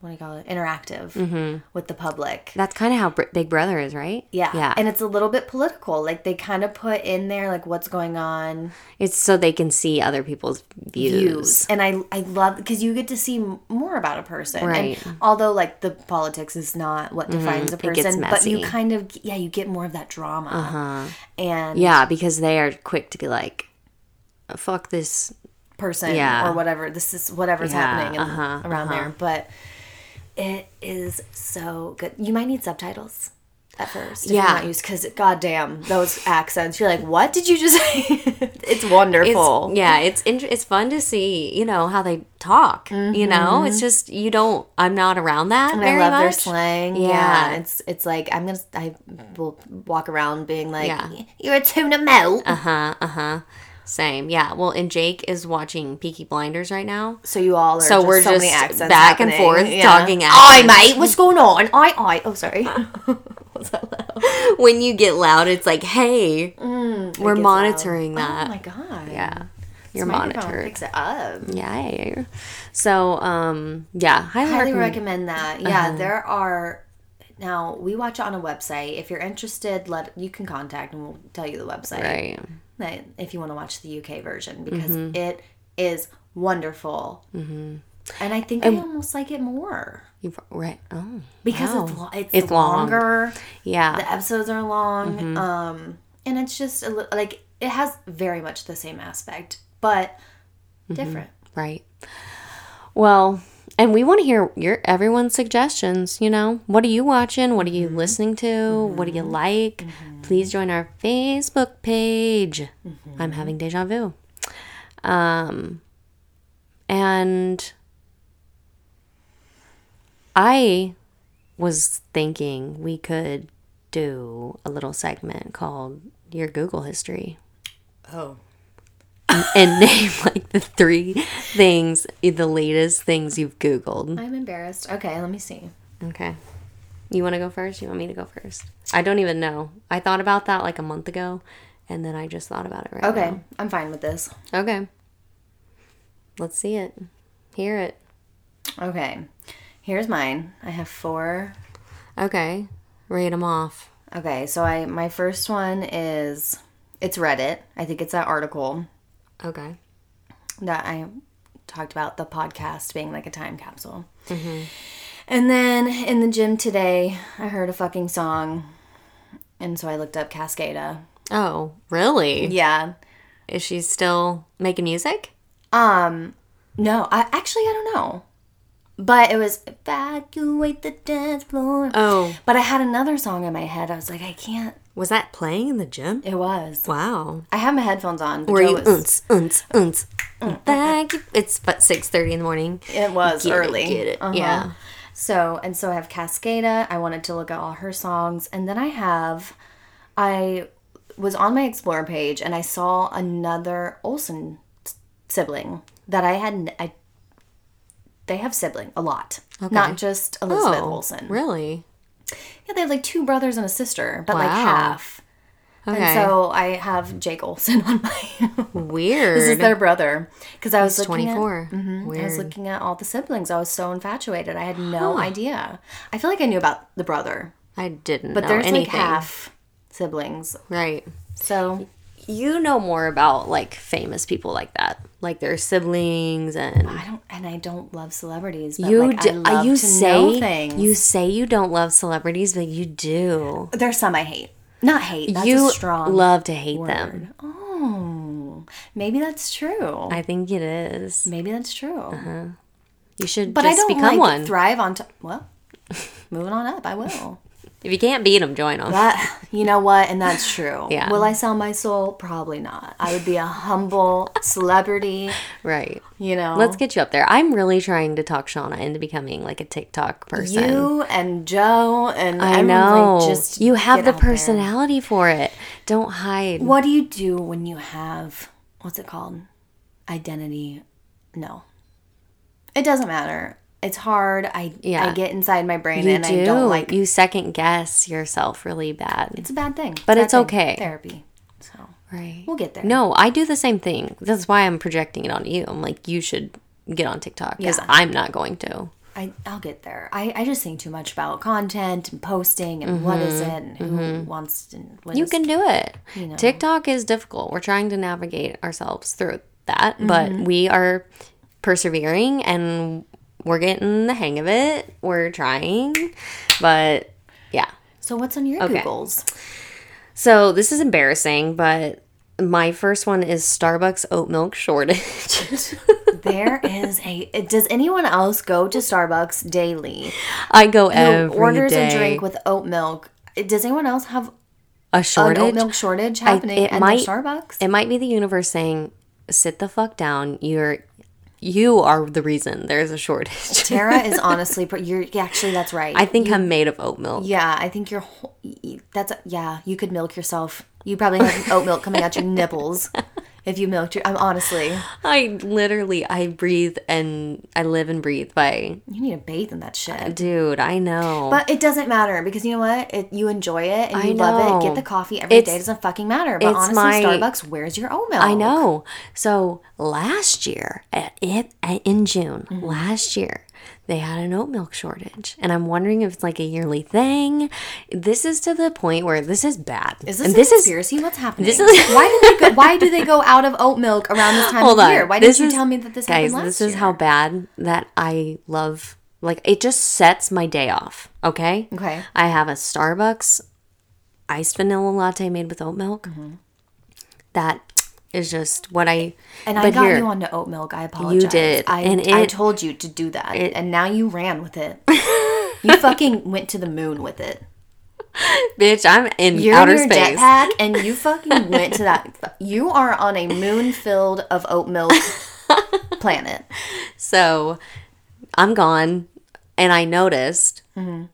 Speaker 2: what do you call it? Interactive
Speaker 1: Mm-hmm.
Speaker 2: with the public.
Speaker 1: That's kind of how Br- Big Brother is, right?
Speaker 2: yeah.
Speaker 1: yeah.
Speaker 2: and it's a little bit political. Like they kind of put in there like what's going on,
Speaker 1: It's so they can see other people's views.
Speaker 2: views. And I I love because you get to see m- more about a person.
Speaker 1: Right. Mm-hmm.
Speaker 2: And although like the politics is not what defines a
Speaker 1: gets
Speaker 2: person, but you
Speaker 1: messy. Uh-huh.
Speaker 2: kind of yeah you get more of that drama. And
Speaker 1: Yeah, because they are quick to be like, "Oh, "Fuck this."
Speaker 2: person
Speaker 1: Yeah.
Speaker 2: or whatever this is whatever's
Speaker 1: Yeah,
Speaker 2: happening in,
Speaker 1: uh-huh,
Speaker 2: around there, but. It is so good. You might need subtitles at first. If
Speaker 1: Yeah.
Speaker 2: You're not used because goddamn those accents. You're like, what did you just say? it's wonderful.
Speaker 1: Yeah, it's inter- it's fun to see, you know, how they talk. You know, it's just you don't. I'm not around that
Speaker 2: Mm-hmm.
Speaker 1: very
Speaker 2: And I love
Speaker 1: much.
Speaker 2: their slang. Yeah.
Speaker 1: Yeah.
Speaker 2: it's it's like I'm gonna I will walk around being like,
Speaker 1: Yeah. Uh-huh.
Speaker 2: "You're a tuna melt."
Speaker 1: Same. Yeah. Well, and Jake is watching Peaky Blinders right now,
Speaker 2: so you all are
Speaker 1: so
Speaker 2: just
Speaker 1: we're
Speaker 2: so many
Speaker 1: just
Speaker 2: accents
Speaker 1: back and
Speaker 2: happening.
Speaker 1: forth
Speaker 2: Yeah.
Speaker 1: talking
Speaker 2: Aye,
Speaker 1: accents.
Speaker 2: mate, what's going on? I, I. Oh, sorry. Oh
Speaker 1: When you get loud, it's like, hey, we're
Speaker 2: Mm, gets
Speaker 1: monitoring
Speaker 2: oh
Speaker 1: that.
Speaker 2: my god.
Speaker 1: yeah, you're
Speaker 2: Microphone
Speaker 1: monitored. Mm-hmm.
Speaker 2: Picks it up.
Speaker 1: Yay. So, um, yeah, highly,
Speaker 2: highly
Speaker 1: recommend.
Speaker 2: recommend that.
Speaker 1: Uh-huh.
Speaker 2: Yeah, there are. Now we watch it on a website. If you're interested, let you can contact and we'll tell you the website.
Speaker 1: Right.
Speaker 2: That- If you want to watch the UK version because it is wonderful. Mm-hmm. And I think I almost like it more
Speaker 1: You've, right. Oh.
Speaker 2: because it's,
Speaker 1: Wow.
Speaker 2: lo- it's
Speaker 1: It's long.
Speaker 2: longer.
Speaker 1: Yeah.
Speaker 2: The episodes are long. Um, and it's just a li- like it has very Mm-hmm. much the same aspect, but different.
Speaker 1: Right. Well, and we want to hear your everyone's suggestions. You know, what are you watching? What are you listening to? What do you like? Please join our Facebook page. I'm having deja vu. Um, and I was thinking we could do a little segment called Your Google History
Speaker 4: Oh.
Speaker 1: and name like the three things, the latest things you've Googled.
Speaker 2: I'm embarrassed. Okay, let me see.
Speaker 1: Okay. You want to go first? You want me to go first? I don't even know. I thought about that like a month ago and then I just thought about it right
Speaker 2: Okay, I'm fine with this.
Speaker 1: now. Okay. Let's see it. Hear it.
Speaker 2: Okay, here's mine. I have four
Speaker 1: Okay. Read them off.
Speaker 2: Okay, so I my first one is it's Reddit. I think it's that article
Speaker 1: Okay.
Speaker 2: that I talked about the podcast being like a time capsule.
Speaker 1: Mm-hmm.
Speaker 2: And then in the gym today, I heard a fucking song, and so I looked up Cascada.
Speaker 1: Oh, really?
Speaker 2: Yeah.
Speaker 1: Is she still making music?
Speaker 2: Um. No, I actually I don't know, but it was evacuate the dance floor.
Speaker 1: Oh,
Speaker 2: But I had another song in my head. I was like, I can't.
Speaker 1: was that playing in the gym?
Speaker 2: It was.
Speaker 1: Wow.
Speaker 2: I have my headphones on. but
Speaker 1: Were
Speaker 2: Joe
Speaker 1: you
Speaker 2: was-
Speaker 1: unts, unts, unts, thank you. It's but 6.30 in the morning.
Speaker 2: It was
Speaker 1: Get it, Uh-huh.
Speaker 2: early.
Speaker 1: get it. Yeah.
Speaker 2: So and so I have Cascada. I wanted to look at all her songs, and then I have, I was on my Explore page and I saw another Olsen s- sibling that I had. n I they have sibling a lot, not just Elizabeth
Speaker 1: Oh,
Speaker 2: Olsen.
Speaker 1: really?
Speaker 2: Yeah, they have like two brothers and a sister, but like
Speaker 1: Wow.
Speaker 2: half.
Speaker 1: Okay.
Speaker 2: And so I have Jake Olsen on my.
Speaker 1: Weird.
Speaker 2: this is their brother because I was looking at-
Speaker 1: 24.
Speaker 2: Mm-hmm.
Speaker 1: Weird.
Speaker 2: I was looking at all the siblings. I was so infatuated. I had no idea. I feel like I knew about the brother,
Speaker 1: I didn't
Speaker 2: but
Speaker 1: know
Speaker 2: there's
Speaker 1: anything.
Speaker 2: like half siblings.
Speaker 1: Right.
Speaker 2: So
Speaker 1: You know more about like famous people like that, like their siblings and
Speaker 2: I don't, and I don't love celebrities. But
Speaker 1: you.
Speaker 2: like,
Speaker 1: d- uh,
Speaker 2: I love
Speaker 1: you
Speaker 2: to know
Speaker 1: say
Speaker 2: things.
Speaker 1: you say you don't love celebrities, but you do.
Speaker 2: there's some I hate. Not hate. That's
Speaker 1: you
Speaker 2: a strong
Speaker 1: love to hate them.
Speaker 2: word. Oh, maybe that's true.
Speaker 1: I think it is.
Speaker 2: Maybe that's true.
Speaker 1: You should
Speaker 2: But I
Speaker 1: Uh-huh. just
Speaker 2: don't
Speaker 1: become
Speaker 2: like
Speaker 1: one.
Speaker 2: thrive on. T- well, moving on up, I will.
Speaker 1: if you can't beat them, join them.
Speaker 2: That you know what, and that's true.
Speaker 1: Yeah.
Speaker 2: Will I sell my soul? Probably not. I would be a humble celebrity.
Speaker 1: right.
Speaker 2: You know.
Speaker 1: Let's get you up there. I'm really trying to talk Shauna into becoming like a TikTok person.
Speaker 2: you and Joe and
Speaker 1: I know.
Speaker 2: everyone, like, just
Speaker 1: you have
Speaker 2: get
Speaker 1: the
Speaker 2: out there.
Speaker 1: personality for it. Don't hide.
Speaker 2: What do you do when you have what's it called? Identity. No. It doesn't matter. It's hard. I
Speaker 1: Yeah.
Speaker 2: I get inside my brain
Speaker 1: You
Speaker 2: and I don't like.
Speaker 1: you second guess yourself really bad.
Speaker 2: it's a bad thing.
Speaker 1: But
Speaker 2: Bad
Speaker 1: it's
Speaker 2: thing.
Speaker 1: okay.
Speaker 2: Therapy. So
Speaker 1: Right.
Speaker 2: we'll get there.
Speaker 1: No, I do the same thing. That's why I'm projecting it on you. I'm like, you should get on TikTok because
Speaker 2: Yeah.
Speaker 1: I'm not going to.
Speaker 2: I, I'll get there. I, I just think too much about content and posting and what is it and who wants to. and What
Speaker 1: Mm-hmm. You
Speaker 2: is-
Speaker 1: can do it.
Speaker 2: know.
Speaker 1: TikTok is difficult. We're trying to navigate ourselves through that, but
Speaker 2: Mm-hmm.
Speaker 1: we are persevering and we're getting the hang of it. We're trying, but yeah.
Speaker 2: So what's on your Googles?
Speaker 1: So this is embarrassing, but my first one is Starbucks oat milk shortage.
Speaker 2: There is a. Does anyone else go to Starbucks daily?
Speaker 1: I go every
Speaker 2: Orders
Speaker 1: day.
Speaker 2: a drink with oat milk. Does anyone else have
Speaker 1: a
Speaker 2: an
Speaker 1: shortage.
Speaker 2: oat milk shortage happening
Speaker 1: it
Speaker 2: at their
Speaker 1: might-
Speaker 2: Starbucks?
Speaker 1: It might be the universe saying, "Sit the fuck down. You're, you are the reason there's a shortage."
Speaker 2: Tara is honestly. pre- You're yeah, actually that's right.
Speaker 1: I think I'm made of oat milk.
Speaker 2: yeah, I think you're. whole- y- y- That's yeah. You could milk yourself. You probably have oat milk coming out your nipples if you milked your. I'm honestly.
Speaker 1: I literally, I breathe and I live and breathe by.
Speaker 2: You need to bathe in that shit.
Speaker 1: Dude, I know.
Speaker 2: But it doesn't matter because you know what? It, you enjoy it and you
Speaker 1: I
Speaker 2: love it.
Speaker 1: know.
Speaker 2: Get the coffee every day.
Speaker 1: It's-
Speaker 2: Doesn't fucking matter. But
Speaker 1: it's
Speaker 2: honestly,
Speaker 1: my-
Speaker 2: Starbucks, where's your oat milk?
Speaker 1: I know. So last year, at it at, in June
Speaker 2: Mm-hmm.
Speaker 1: last year, they had an oat milk shortage, and I'm wondering if it's like a yearly thing. This is to the point where this is bad.
Speaker 2: Is this
Speaker 1: and
Speaker 2: a
Speaker 1: this is
Speaker 2: conspiracy? What's happening?
Speaker 1: this is-
Speaker 2: why do they go? Why do they go out of oat milk around this time
Speaker 1: hold
Speaker 2: of
Speaker 1: on.
Speaker 2: year? Why
Speaker 1: This
Speaker 2: didn't you
Speaker 1: is-
Speaker 2: tell me that this
Speaker 1: guys?
Speaker 2: happened last
Speaker 1: This is
Speaker 2: year?
Speaker 1: how bad that I love. Like it just sets my day off. Okay.
Speaker 2: Okay.
Speaker 1: I have a
Speaker 2: Mm-hmm.
Speaker 1: Starbucks iced vanilla latte made with oat milk. That is just what I.
Speaker 2: And I
Speaker 1: but
Speaker 2: got
Speaker 1: here,
Speaker 2: you onto oat milk. I apologize.
Speaker 1: did,
Speaker 2: I,
Speaker 1: and
Speaker 2: I
Speaker 1: it-
Speaker 2: told you to do that. and now you ran with it. you fucking went to the moon with it.
Speaker 1: bitch, I'm in
Speaker 2: You're
Speaker 1: outer
Speaker 2: in your
Speaker 1: space.
Speaker 2: jetpack and you fucking went to that. You are on a moon filled of oat milk planet.
Speaker 1: So I'm gone, and I noticed
Speaker 2: Mm-hmm.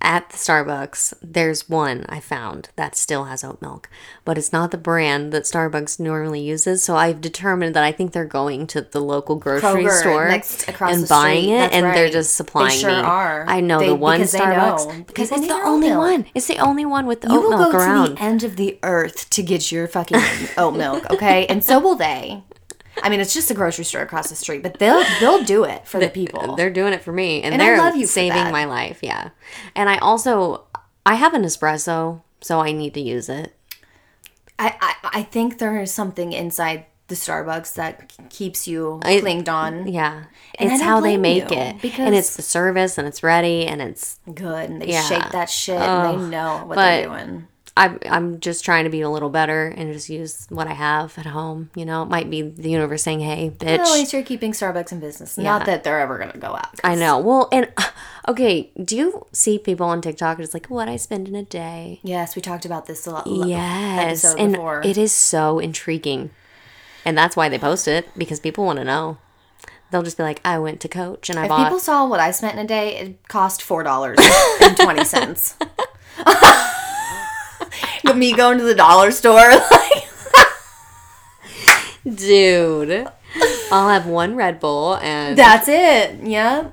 Speaker 1: at the Starbucks there's one I found that still has oat milk, but it's not the brand that Starbucks normally uses. So I've determined that I think they're going to the local grocery
Speaker 2: Kroger
Speaker 1: store
Speaker 2: next across
Speaker 1: and
Speaker 2: the
Speaker 1: buying
Speaker 2: street.
Speaker 1: it,
Speaker 2: That's
Speaker 1: and they're
Speaker 2: right.
Speaker 1: just
Speaker 2: They
Speaker 1: supplying
Speaker 2: sure
Speaker 1: me.
Speaker 2: are.
Speaker 1: I know
Speaker 2: They-
Speaker 1: the one
Speaker 2: because they
Speaker 1: Starbucks
Speaker 2: know.
Speaker 1: because
Speaker 2: People
Speaker 1: it's
Speaker 2: need
Speaker 1: the
Speaker 2: oat
Speaker 1: only
Speaker 2: milk.
Speaker 1: one. It's the only one with the
Speaker 2: You
Speaker 1: oat
Speaker 2: will
Speaker 1: milk
Speaker 2: go
Speaker 1: around.
Speaker 2: to the end of the earth to get your fucking oat milk, okay? And so will they. I mean, it's just a grocery store across the street, but they'll they'll do it for the people.
Speaker 1: They're doing it for me, and,
Speaker 2: And I
Speaker 1: they're
Speaker 2: love you for
Speaker 1: saving
Speaker 2: that.
Speaker 1: my life. Yeah, and I also I have an espresso, so I need to use it.
Speaker 2: I, I I think there is something inside the Starbucks that keeps you
Speaker 1: I-
Speaker 2: clinged on
Speaker 1: Yeah,
Speaker 2: And I
Speaker 1: it's
Speaker 2: don't
Speaker 1: how they
Speaker 2: blame
Speaker 1: make
Speaker 2: you,
Speaker 1: it,
Speaker 2: because-
Speaker 1: and it's the service, and it's ready, and it's
Speaker 2: good, and they
Speaker 1: Yeah.
Speaker 2: shake that shit, and they know what they're
Speaker 1: but-
Speaker 2: doing.
Speaker 1: I'm I'm just trying to be a little better and just use what I have at home. You know, it might be the universe saying, "Hey, bitch."
Speaker 2: At least you're keeping Starbucks in business. Not that they're ever gonna go out.
Speaker 1: I know. Well, and okay, do you see people on TikTok? It's like what I spend in a day.
Speaker 2: Yes, we talked about this a lot.
Speaker 1: Yes,
Speaker 2: episode
Speaker 1: and
Speaker 2: before.
Speaker 1: it is so intriguing, and that's why they post it because people want to know. They'll just be like, "I went to Coach and I
Speaker 2: If
Speaker 1: bought."
Speaker 2: people saw what I spent in a day, it cost four dollars and twenty cents. Me going to the dollar store, like
Speaker 1: Dude, I'll have one Red Bull and
Speaker 2: that's it. Yeah,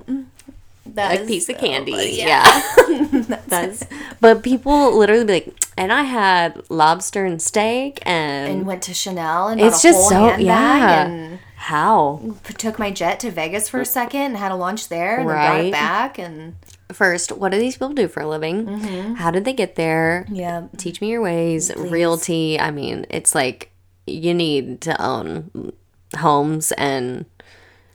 Speaker 2: that
Speaker 1: a
Speaker 2: is-
Speaker 1: piece of candy. yeah, that's. But people literally be like, and I had lobster and steak, and,
Speaker 2: And went to Chanel and
Speaker 1: it's
Speaker 2: bought a
Speaker 1: just
Speaker 2: whole
Speaker 1: so
Speaker 2: handbag
Speaker 1: yeah.
Speaker 2: and
Speaker 1: How
Speaker 2: p- took my jet to Vegas for a second and had a lunch there and then brought
Speaker 1: Right.
Speaker 2: it back and
Speaker 1: first? What do these people do for a living?
Speaker 2: Mm-hmm.
Speaker 1: How did they get there?
Speaker 2: yeah.
Speaker 1: Teach me your ways, realty. I mean, it's like you need to own homes and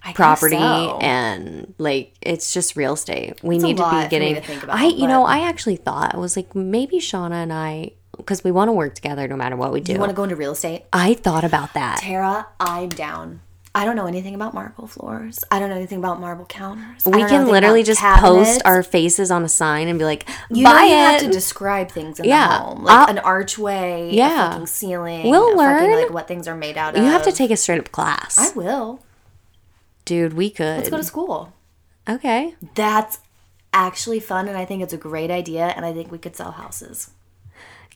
Speaker 2: I guess
Speaker 1: property
Speaker 2: so.
Speaker 1: and like it's just real estate. We
Speaker 2: a
Speaker 1: need to
Speaker 2: lot for
Speaker 1: be
Speaker 2: me
Speaker 1: getting.
Speaker 2: to think about,
Speaker 1: I you know
Speaker 2: but-
Speaker 1: I actually thought I was like maybe Shauna and I because we want to work together no matter what we do.
Speaker 2: you want to go into real estate.
Speaker 1: I thought about that.
Speaker 2: Tara, I'm down. I don't know anything about marble floors. I don't know anything about marble counters. I
Speaker 1: We
Speaker 2: don't know
Speaker 1: can
Speaker 2: anything
Speaker 1: literally
Speaker 2: about
Speaker 1: just
Speaker 2: cabinets.
Speaker 1: post our faces on a sign and be like,
Speaker 2: You know
Speaker 1: buy
Speaker 2: you have
Speaker 1: it.
Speaker 2: to describe things in
Speaker 1: Yeah.
Speaker 2: the home, like
Speaker 1: I'll-
Speaker 2: an archway, yeah,
Speaker 1: Yeah.
Speaker 2: a fucking ceiling.
Speaker 1: We'll
Speaker 2: a fucking,
Speaker 1: learn.
Speaker 2: like what things are made out of.
Speaker 1: you have to take a straight up class,
Speaker 2: I will.
Speaker 1: dude. We could.
Speaker 2: Let's go to school.
Speaker 1: okay.
Speaker 2: That's actually fun, and I think it's a great idea. And I think we could sell houses.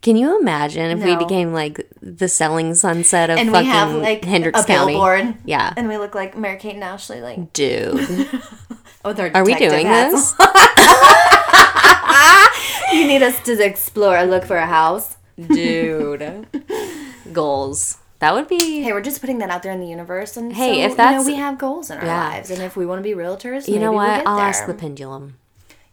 Speaker 1: Can you imagine if we
Speaker 2: No.
Speaker 1: became like the selling sunset of
Speaker 2: And
Speaker 1: fucking
Speaker 2: we have like
Speaker 1: Hendricks
Speaker 2: a
Speaker 1: County?
Speaker 2: billboard.
Speaker 1: Yeah,
Speaker 2: And we look like Mary Kate and Ashley. Like,
Speaker 1: dude.
Speaker 2: oh, they're
Speaker 1: Are we doing this?
Speaker 2: You need us to explore, look for a house.
Speaker 1: dude goals that would be
Speaker 2: Hey, we're just putting that out there in the universe. And
Speaker 1: Hey,
Speaker 2: so,
Speaker 1: if
Speaker 2: you know,
Speaker 1: that's-
Speaker 2: we have goals in our
Speaker 1: Yeah.
Speaker 2: lives, and if we want to be realtors,
Speaker 1: you know
Speaker 2: maybe we'll
Speaker 1: what
Speaker 2: get
Speaker 1: i'll
Speaker 2: there.
Speaker 1: ask the pendulum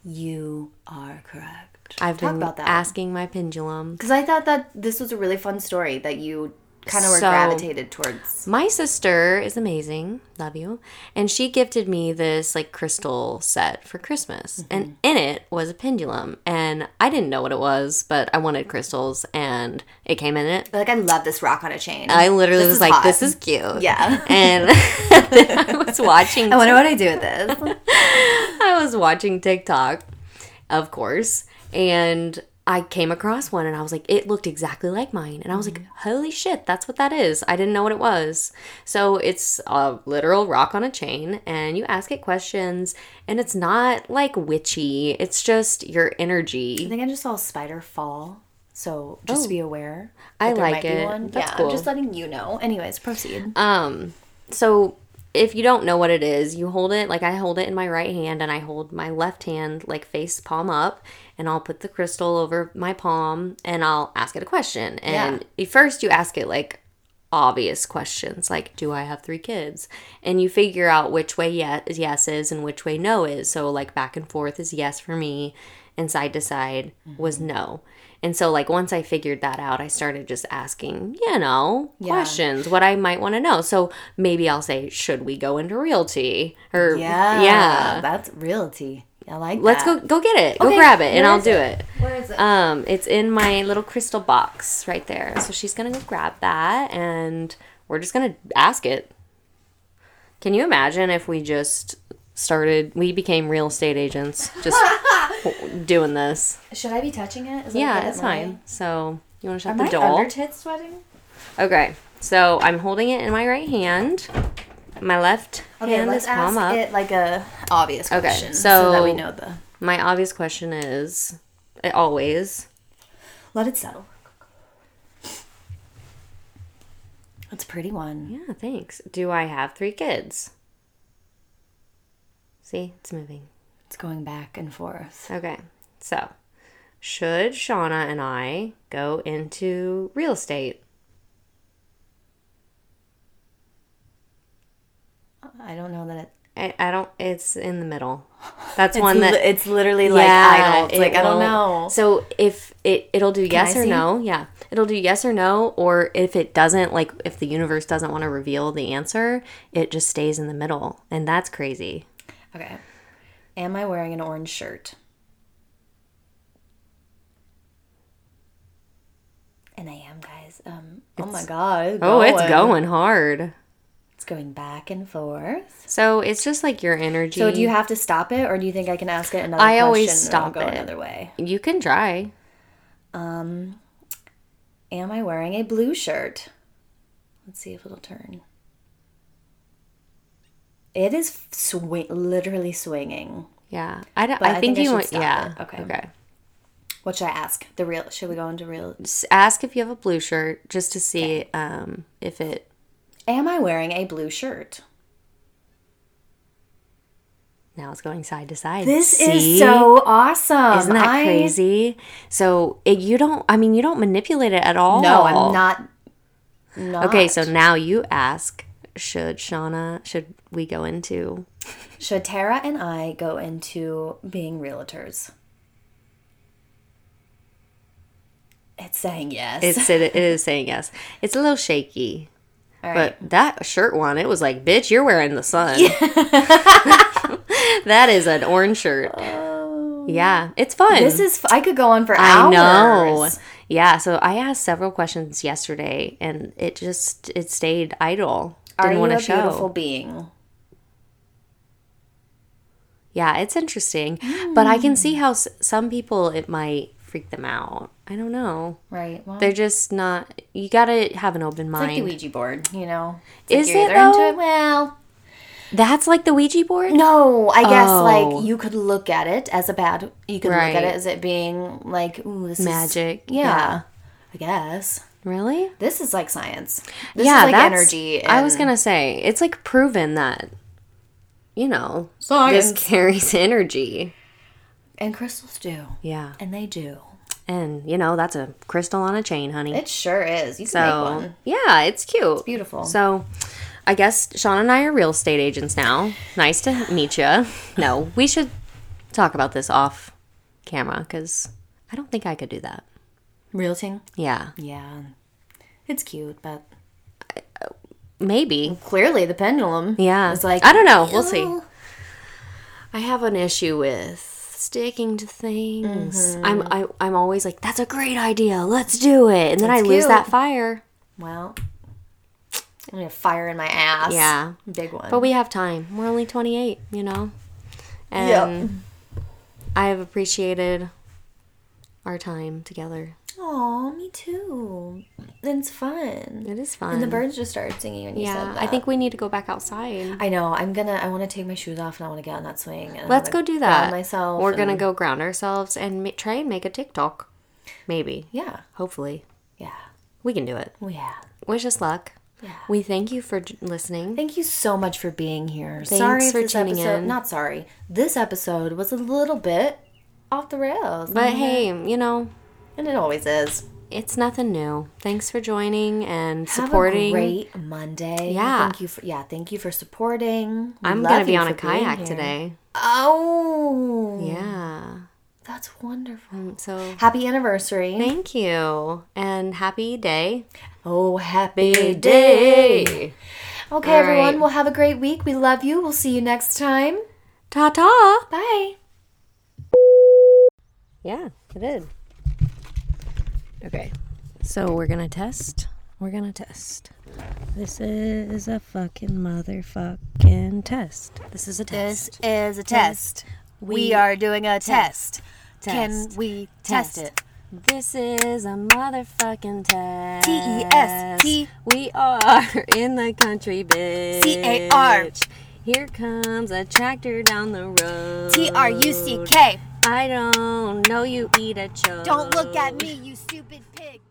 Speaker 2: You are correct.
Speaker 1: i've
Speaker 2: Talk
Speaker 1: been
Speaker 2: about that.
Speaker 1: asking my pendulum
Speaker 2: Because I thought that this was a really fun story that you kind of were
Speaker 1: So-
Speaker 2: gravitated towards.
Speaker 1: my sister is amazing love you and she gifted me this like crystal set for
Speaker 2: Mm-hmm.
Speaker 1: christmas and in it was a pendulum and i didn't know what it was but i wanted crystals and it came in it
Speaker 2: Like, I love this rock on a chain.
Speaker 1: i literally
Speaker 2: This
Speaker 1: was
Speaker 2: is
Speaker 1: like
Speaker 2: hot.
Speaker 1: this is cute
Speaker 2: Yeah.
Speaker 1: and then i was watching
Speaker 2: I wonder what I do with this.
Speaker 1: I was watching TikTok, of course, and I came across one and I was like, it looked exactly like mine. And I was like, holy shit, that's what that is. I didn't know what it was. So it's a literal rock on a chain, and you ask it questions, and it's not like witchy, it's just your
Speaker 2: I
Speaker 1: energy.
Speaker 2: think I just saw a spider fall. So just be aware.
Speaker 1: Oh. I
Speaker 2: that there
Speaker 1: like
Speaker 2: might be
Speaker 1: it.
Speaker 2: one.
Speaker 1: That's
Speaker 2: yeah,
Speaker 1: cool.
Speaker 2: I'm just letting you know. Anyways, proceed.
Speaker 1: Um, so if you don't know what it is, you hold it like I hold it in my right hand and I hold my left hand like face palm up and I'll put the crystal over my palm and I'll ask it a question. And first you ask it like obvious questions like do I have 3 kids? And you figure out which way yes, yes is and which way no is. So like back and forth is yes for me and side to side was no. And so like once I figured that out, I started just asking, you know, questions, what I might want to know. So maybe I'll say, should we go into realty? Or yeah.
Speaker 2: That's realty. I like
Speaker 1: Let's
Speaker 2: that.
Speaker 1: go go get it. go
Speaker 2: Okay,
Speaker 1: grab it and
Speaker 2: where
Speaker 1: I'll
Speaker 2: is
Speaker 1: do
Speaker 2: it?
Speaker 1: it.
Speaker 2: Where is it?
Speaker 1: Um, it's in my little crystal box right there. So she's gonna go grab that and we're just gonna ask it. Can you imagine if we just started? We became real estate agents, just w- doing this.
Speaker 2: Should I be touching it? Is
Speaker 1: Yeah, it's fine. So you want to shut
Speaker 2: Am
Speaker 1: the
Speaker 2: I
Speaker 1: door?
Speaker 2: under tit sweating?
Speaker 1: okay, so I'm holding it in my right hand. My left
Speaker 2: Okay,
Speaker 1: hand
Speaker 2: let's
Speaker 1: is palm
Speaker 2: ask
Speaker 1: up.
Speaker 2: it like a obvious question,
Speaker 1: so-
Speaker 2: that we know the.
Speaker 1: My obvious question is uh, always
Speaker 2: Let it settle. That's a pretty one.
Speaker 1: Yeah, thanks. Do I have three kids? See, it's moving.
Speaker 2: It's going back and forth.
Speaker 1: Okay, so should Shauna and I go into real estate?
Speaker 2: I don't know that it.
Speaker 1: I, I don't. It's in the middle. That's
Speaker 2: It's,
Speaker 1: one that.
Speaker 2: li- it's literally like idle. It's
Speaker 1: it
Speaker 2: like I don't
Speaker 1: won't-
Speaker 2: know.
Speaker 1: So if it it'll do yes
Speaker 2: I
Speaker 1: or
Speaker 2: see?
Speaker 1: no, yeah, it'll do yes or no, or if it doesn't, like if the universe doesn't want to reveal the answer, it just stays in the middle, and that's crazy.
Speaker 2: Okay. Am I wearing an orange shirt? And I am, guys. Um. oh my god.
Speaker 1: Oh, it's going hard.
Speaker 2: It's going back and forth.
Speaker 1: So it's just like your energy.
Speaker 2: So do you have to stop it, or do you think I can ask it another?
Speaker 1: I always
Speaker 2: question and it'll
Speaker 1: stop
Speaker 2: go
Speaker 1: it.
Speaker 2: another way.
Speaker 1: You can try.
Speaker 2: Am I wearing a blue shirt? Let's see if it'll turn. It is f- swing, literally swinging.
Speaker 1: Yeah, I, don't-
Speaker 2: But
Speaker 1: I,
Speaker 2: I
Speaker 1: think,
Speaker 2: think I
Speaker 1: you
Speaker 2: should
Speaker 1: want.
Speaker 2: stop
Speaker 1: yeah.
Speaker 2: it. Okay.
Speaker 1: Okay.
Speaker 2: What should I ask? The real? Should we go into real?
Speaker 1: Just ask if you have a blue shirt just to see um, if it.
Speaker 2: Am I wearing a blue shirt?
Speaker 1: Now it's going side to side.
Speaker 2: This
Speaker 1: See?
Speaker 2: is so awesome.
Speaker 1: Isn't that
Speaker 2: I-
Speaker 1: crazy? So it, you don't. I mean, you don't manipulate it at all.
Speaker 2: No, I'm not. Not
Speaker 1: Okay, so now you ask. Should Shauna? Should we go into?
Speaker 2: Should Tara and I go into being realtors? It's saying yes.
Speaker 1: It's it, it is saying yes. It's a little shaky,
Speaker 2: All right.
Speaker 1: but that shirt one, it was like, bitch, you're wearing the sun. that is an orange shirt. Yeah, it's fun.
Speaker 2: Oh. This is. f- I could go on for
Speaker 1: I
Speaker 2: hours.
Speaker 1: know. Yeah, so I asked several questions yesterday, and it just it stayed idle.
Speaker 2: Are
Speaker 1: Didn't
Speaker 2: you
Speaker 1: want
Speaker 2: a
Speaker 1: to show.
Speaker 2: beautiful being?
Speaker 1: Yeah, it's interesting, but I can
Speaker 2: Hmm.
Speaker 1: see how s- some people it might freak them out. I don't know.
Speaker 2: Right. Well,
Speaker 1: They're just not. You gotta have an open
Speaker 2: like the
Speaker 1: mind.
Speaker 2: Ouija board, you know.
Speaker 1: Is
Speaker 2: It's like you're
Speaker 1: it,
Speaker 2: either into
Speaker 1: though?
Speaker 2: it- Well,
Speaker 1: That's like the Ouija board.
Speaker 2: no. I guess
Speaker 1: Oh.
Speaker 2: like you could look at it as a bad. You could look
Speaker 1: Right.
Speaker 2: at it as it being like ooh, this is-
Speaker 1: Magic,
Speaker 2: yeah,
Speaker 1: yeah.
Speaker 2: I guess
Speaker 1: Really?
Speaker 2: this is like science. This
Speaker 1: yeah,
Speaker 2: is like
Speaker 1: that's,
Speaker 2: energy.
Speaker 1: I was
Speaker 2: and-
Speaker 1: gonna say it's like proven that, you know,
Speaker 2: Science.
Speaker 1: this carries energy.
Speaker 2: and crystals do,
Speaker 1: Yeah,
Speaker 2: and they do.
Speaker 1: and you know that's a crystal on a chain, honey.
Speaker 2: It sure is. You can make
Speaker 1: so
Speaker 2: one.
Speaker 1: yeah, it's cute.
Speaker 2: Beautiful.
Speaker 1: So, I guess Sean and I are real estate agents now. Nice to meet you. No, we should talk about this off camera because I don't think I could do that.
Speaker 2: Realting.
Speaker 1: Yeah,
Speaker 2: Yeah, it's cute, but
Speaker 1: maybe.
Speaker 2: clearly the pendulum.
Speaker 1: Yeah,
Speaker 2: is like
Speaker 1: I don't know. We'll see. I have an issue with sticking to things. I'm I, I'm always like, that's a great idea. Let's do it, and then I lose
Speaker 2: cute.
Speaker 1: that fire.
Speaker 2: Well, I'm gonna fire in my ass.
Speaker 1: Yeah.
Speaker 2: big one.
Speaker 1: But we have time. We're only 28, you know? And I have appreciated our time together.
Speaker 2: Aw, me too. And it's fun.
Speaker 1: It is fun.
Speaker 2: And the birds just started singing when you
Speaker 1: yeah,
Speaker 2: said that.
Speaker 1: I think we need to go back outside.
Speaker 2: I know. I'm gonna. I want to take my shoes off and I want to get on that swing. And I
Speaker 1: Let's go
Speaker 2: wanna
Speaker 1: do
Speaker 2: ground
Speaker 1: that.
Speaker 2: Myself.
Speaker 1: We're
Speaker 2: and-
Speaker 1: going to go ground ourselves and ma- try and make a TikTok. Maybe.
Speaker 2: Yeah.
Speaker 1: Hopefully.
Speaker 2: Yeah.
Speaker 1: We can do it.
Speaker 2: Well, yeah.
Speaker 1: Wish us luck.
Speaker 2: Yeah.
Speaker 1: We thank you for j- listening.
Speaker 2: Thank you so much for being here.
Speaker 1: Thanks
Speaker 2: sorry if
Speaker 1: for
Speaker 2: this
Speaker 1: tuning
Speaker 2: episode,
Speaker 1: in.
Speaker 2: Not sorry. This episode was a little bit off the rails,
Speaker 1: But hey, you know,
Speaker 2: and it always is.
Speaker 1: it's nothing new. Thanks for joining and supporting.
Speaker 2: Have a great Monday.
Speaker 1: Yeah.
Speaker 2: Thank you for yeah. Thank you for supporting. We
Speaker 1: I'm
Speaker 2: love
Speaker 1: going to be
Speaker 2: you
Speaker 1: on a
Speaker 2: for being
Speaker 1: kayak
Speaker 2: here.
Speaker 1: today.
Speaker 2: Oh,
Speaker 1: Yeah.
Speaker 2: that's wonderful.
Speaker 1: Um, So
Speaker 2: Happy anniversary.
Speaker 1: Thank you and happy day.
Speaker 2: oh, happy day. Okay,
Speaker 1: All
Speaker 2: everyone.
Speaker 1: right.
Speaker 2: Well, have a great week. We love you. We'll see you next time.
Speaker 1: Ta ta.
Speaker 2: Bye.
Speaker 1: Yeah, it did. Okay. So we're going to test We're gonna test. This is a fucking motherfucking test. This is a test.
Speaker 2: is a test. We, are doing a test.
Speaker 1: Test.
Speaker 2: we
Speaker 1: Test. This is a motherfucking test.
Speaker 2: T E S T.
Speaker 1: We are in the country, bitch.
Speaker 2: C A R.
Speaker 1: Here comes a tractor down the road.
Speaker 2: T R U C K.
Speaker 1: I don't know you eat a choke.
Speaker 2: Don't look at me, you stupid pig.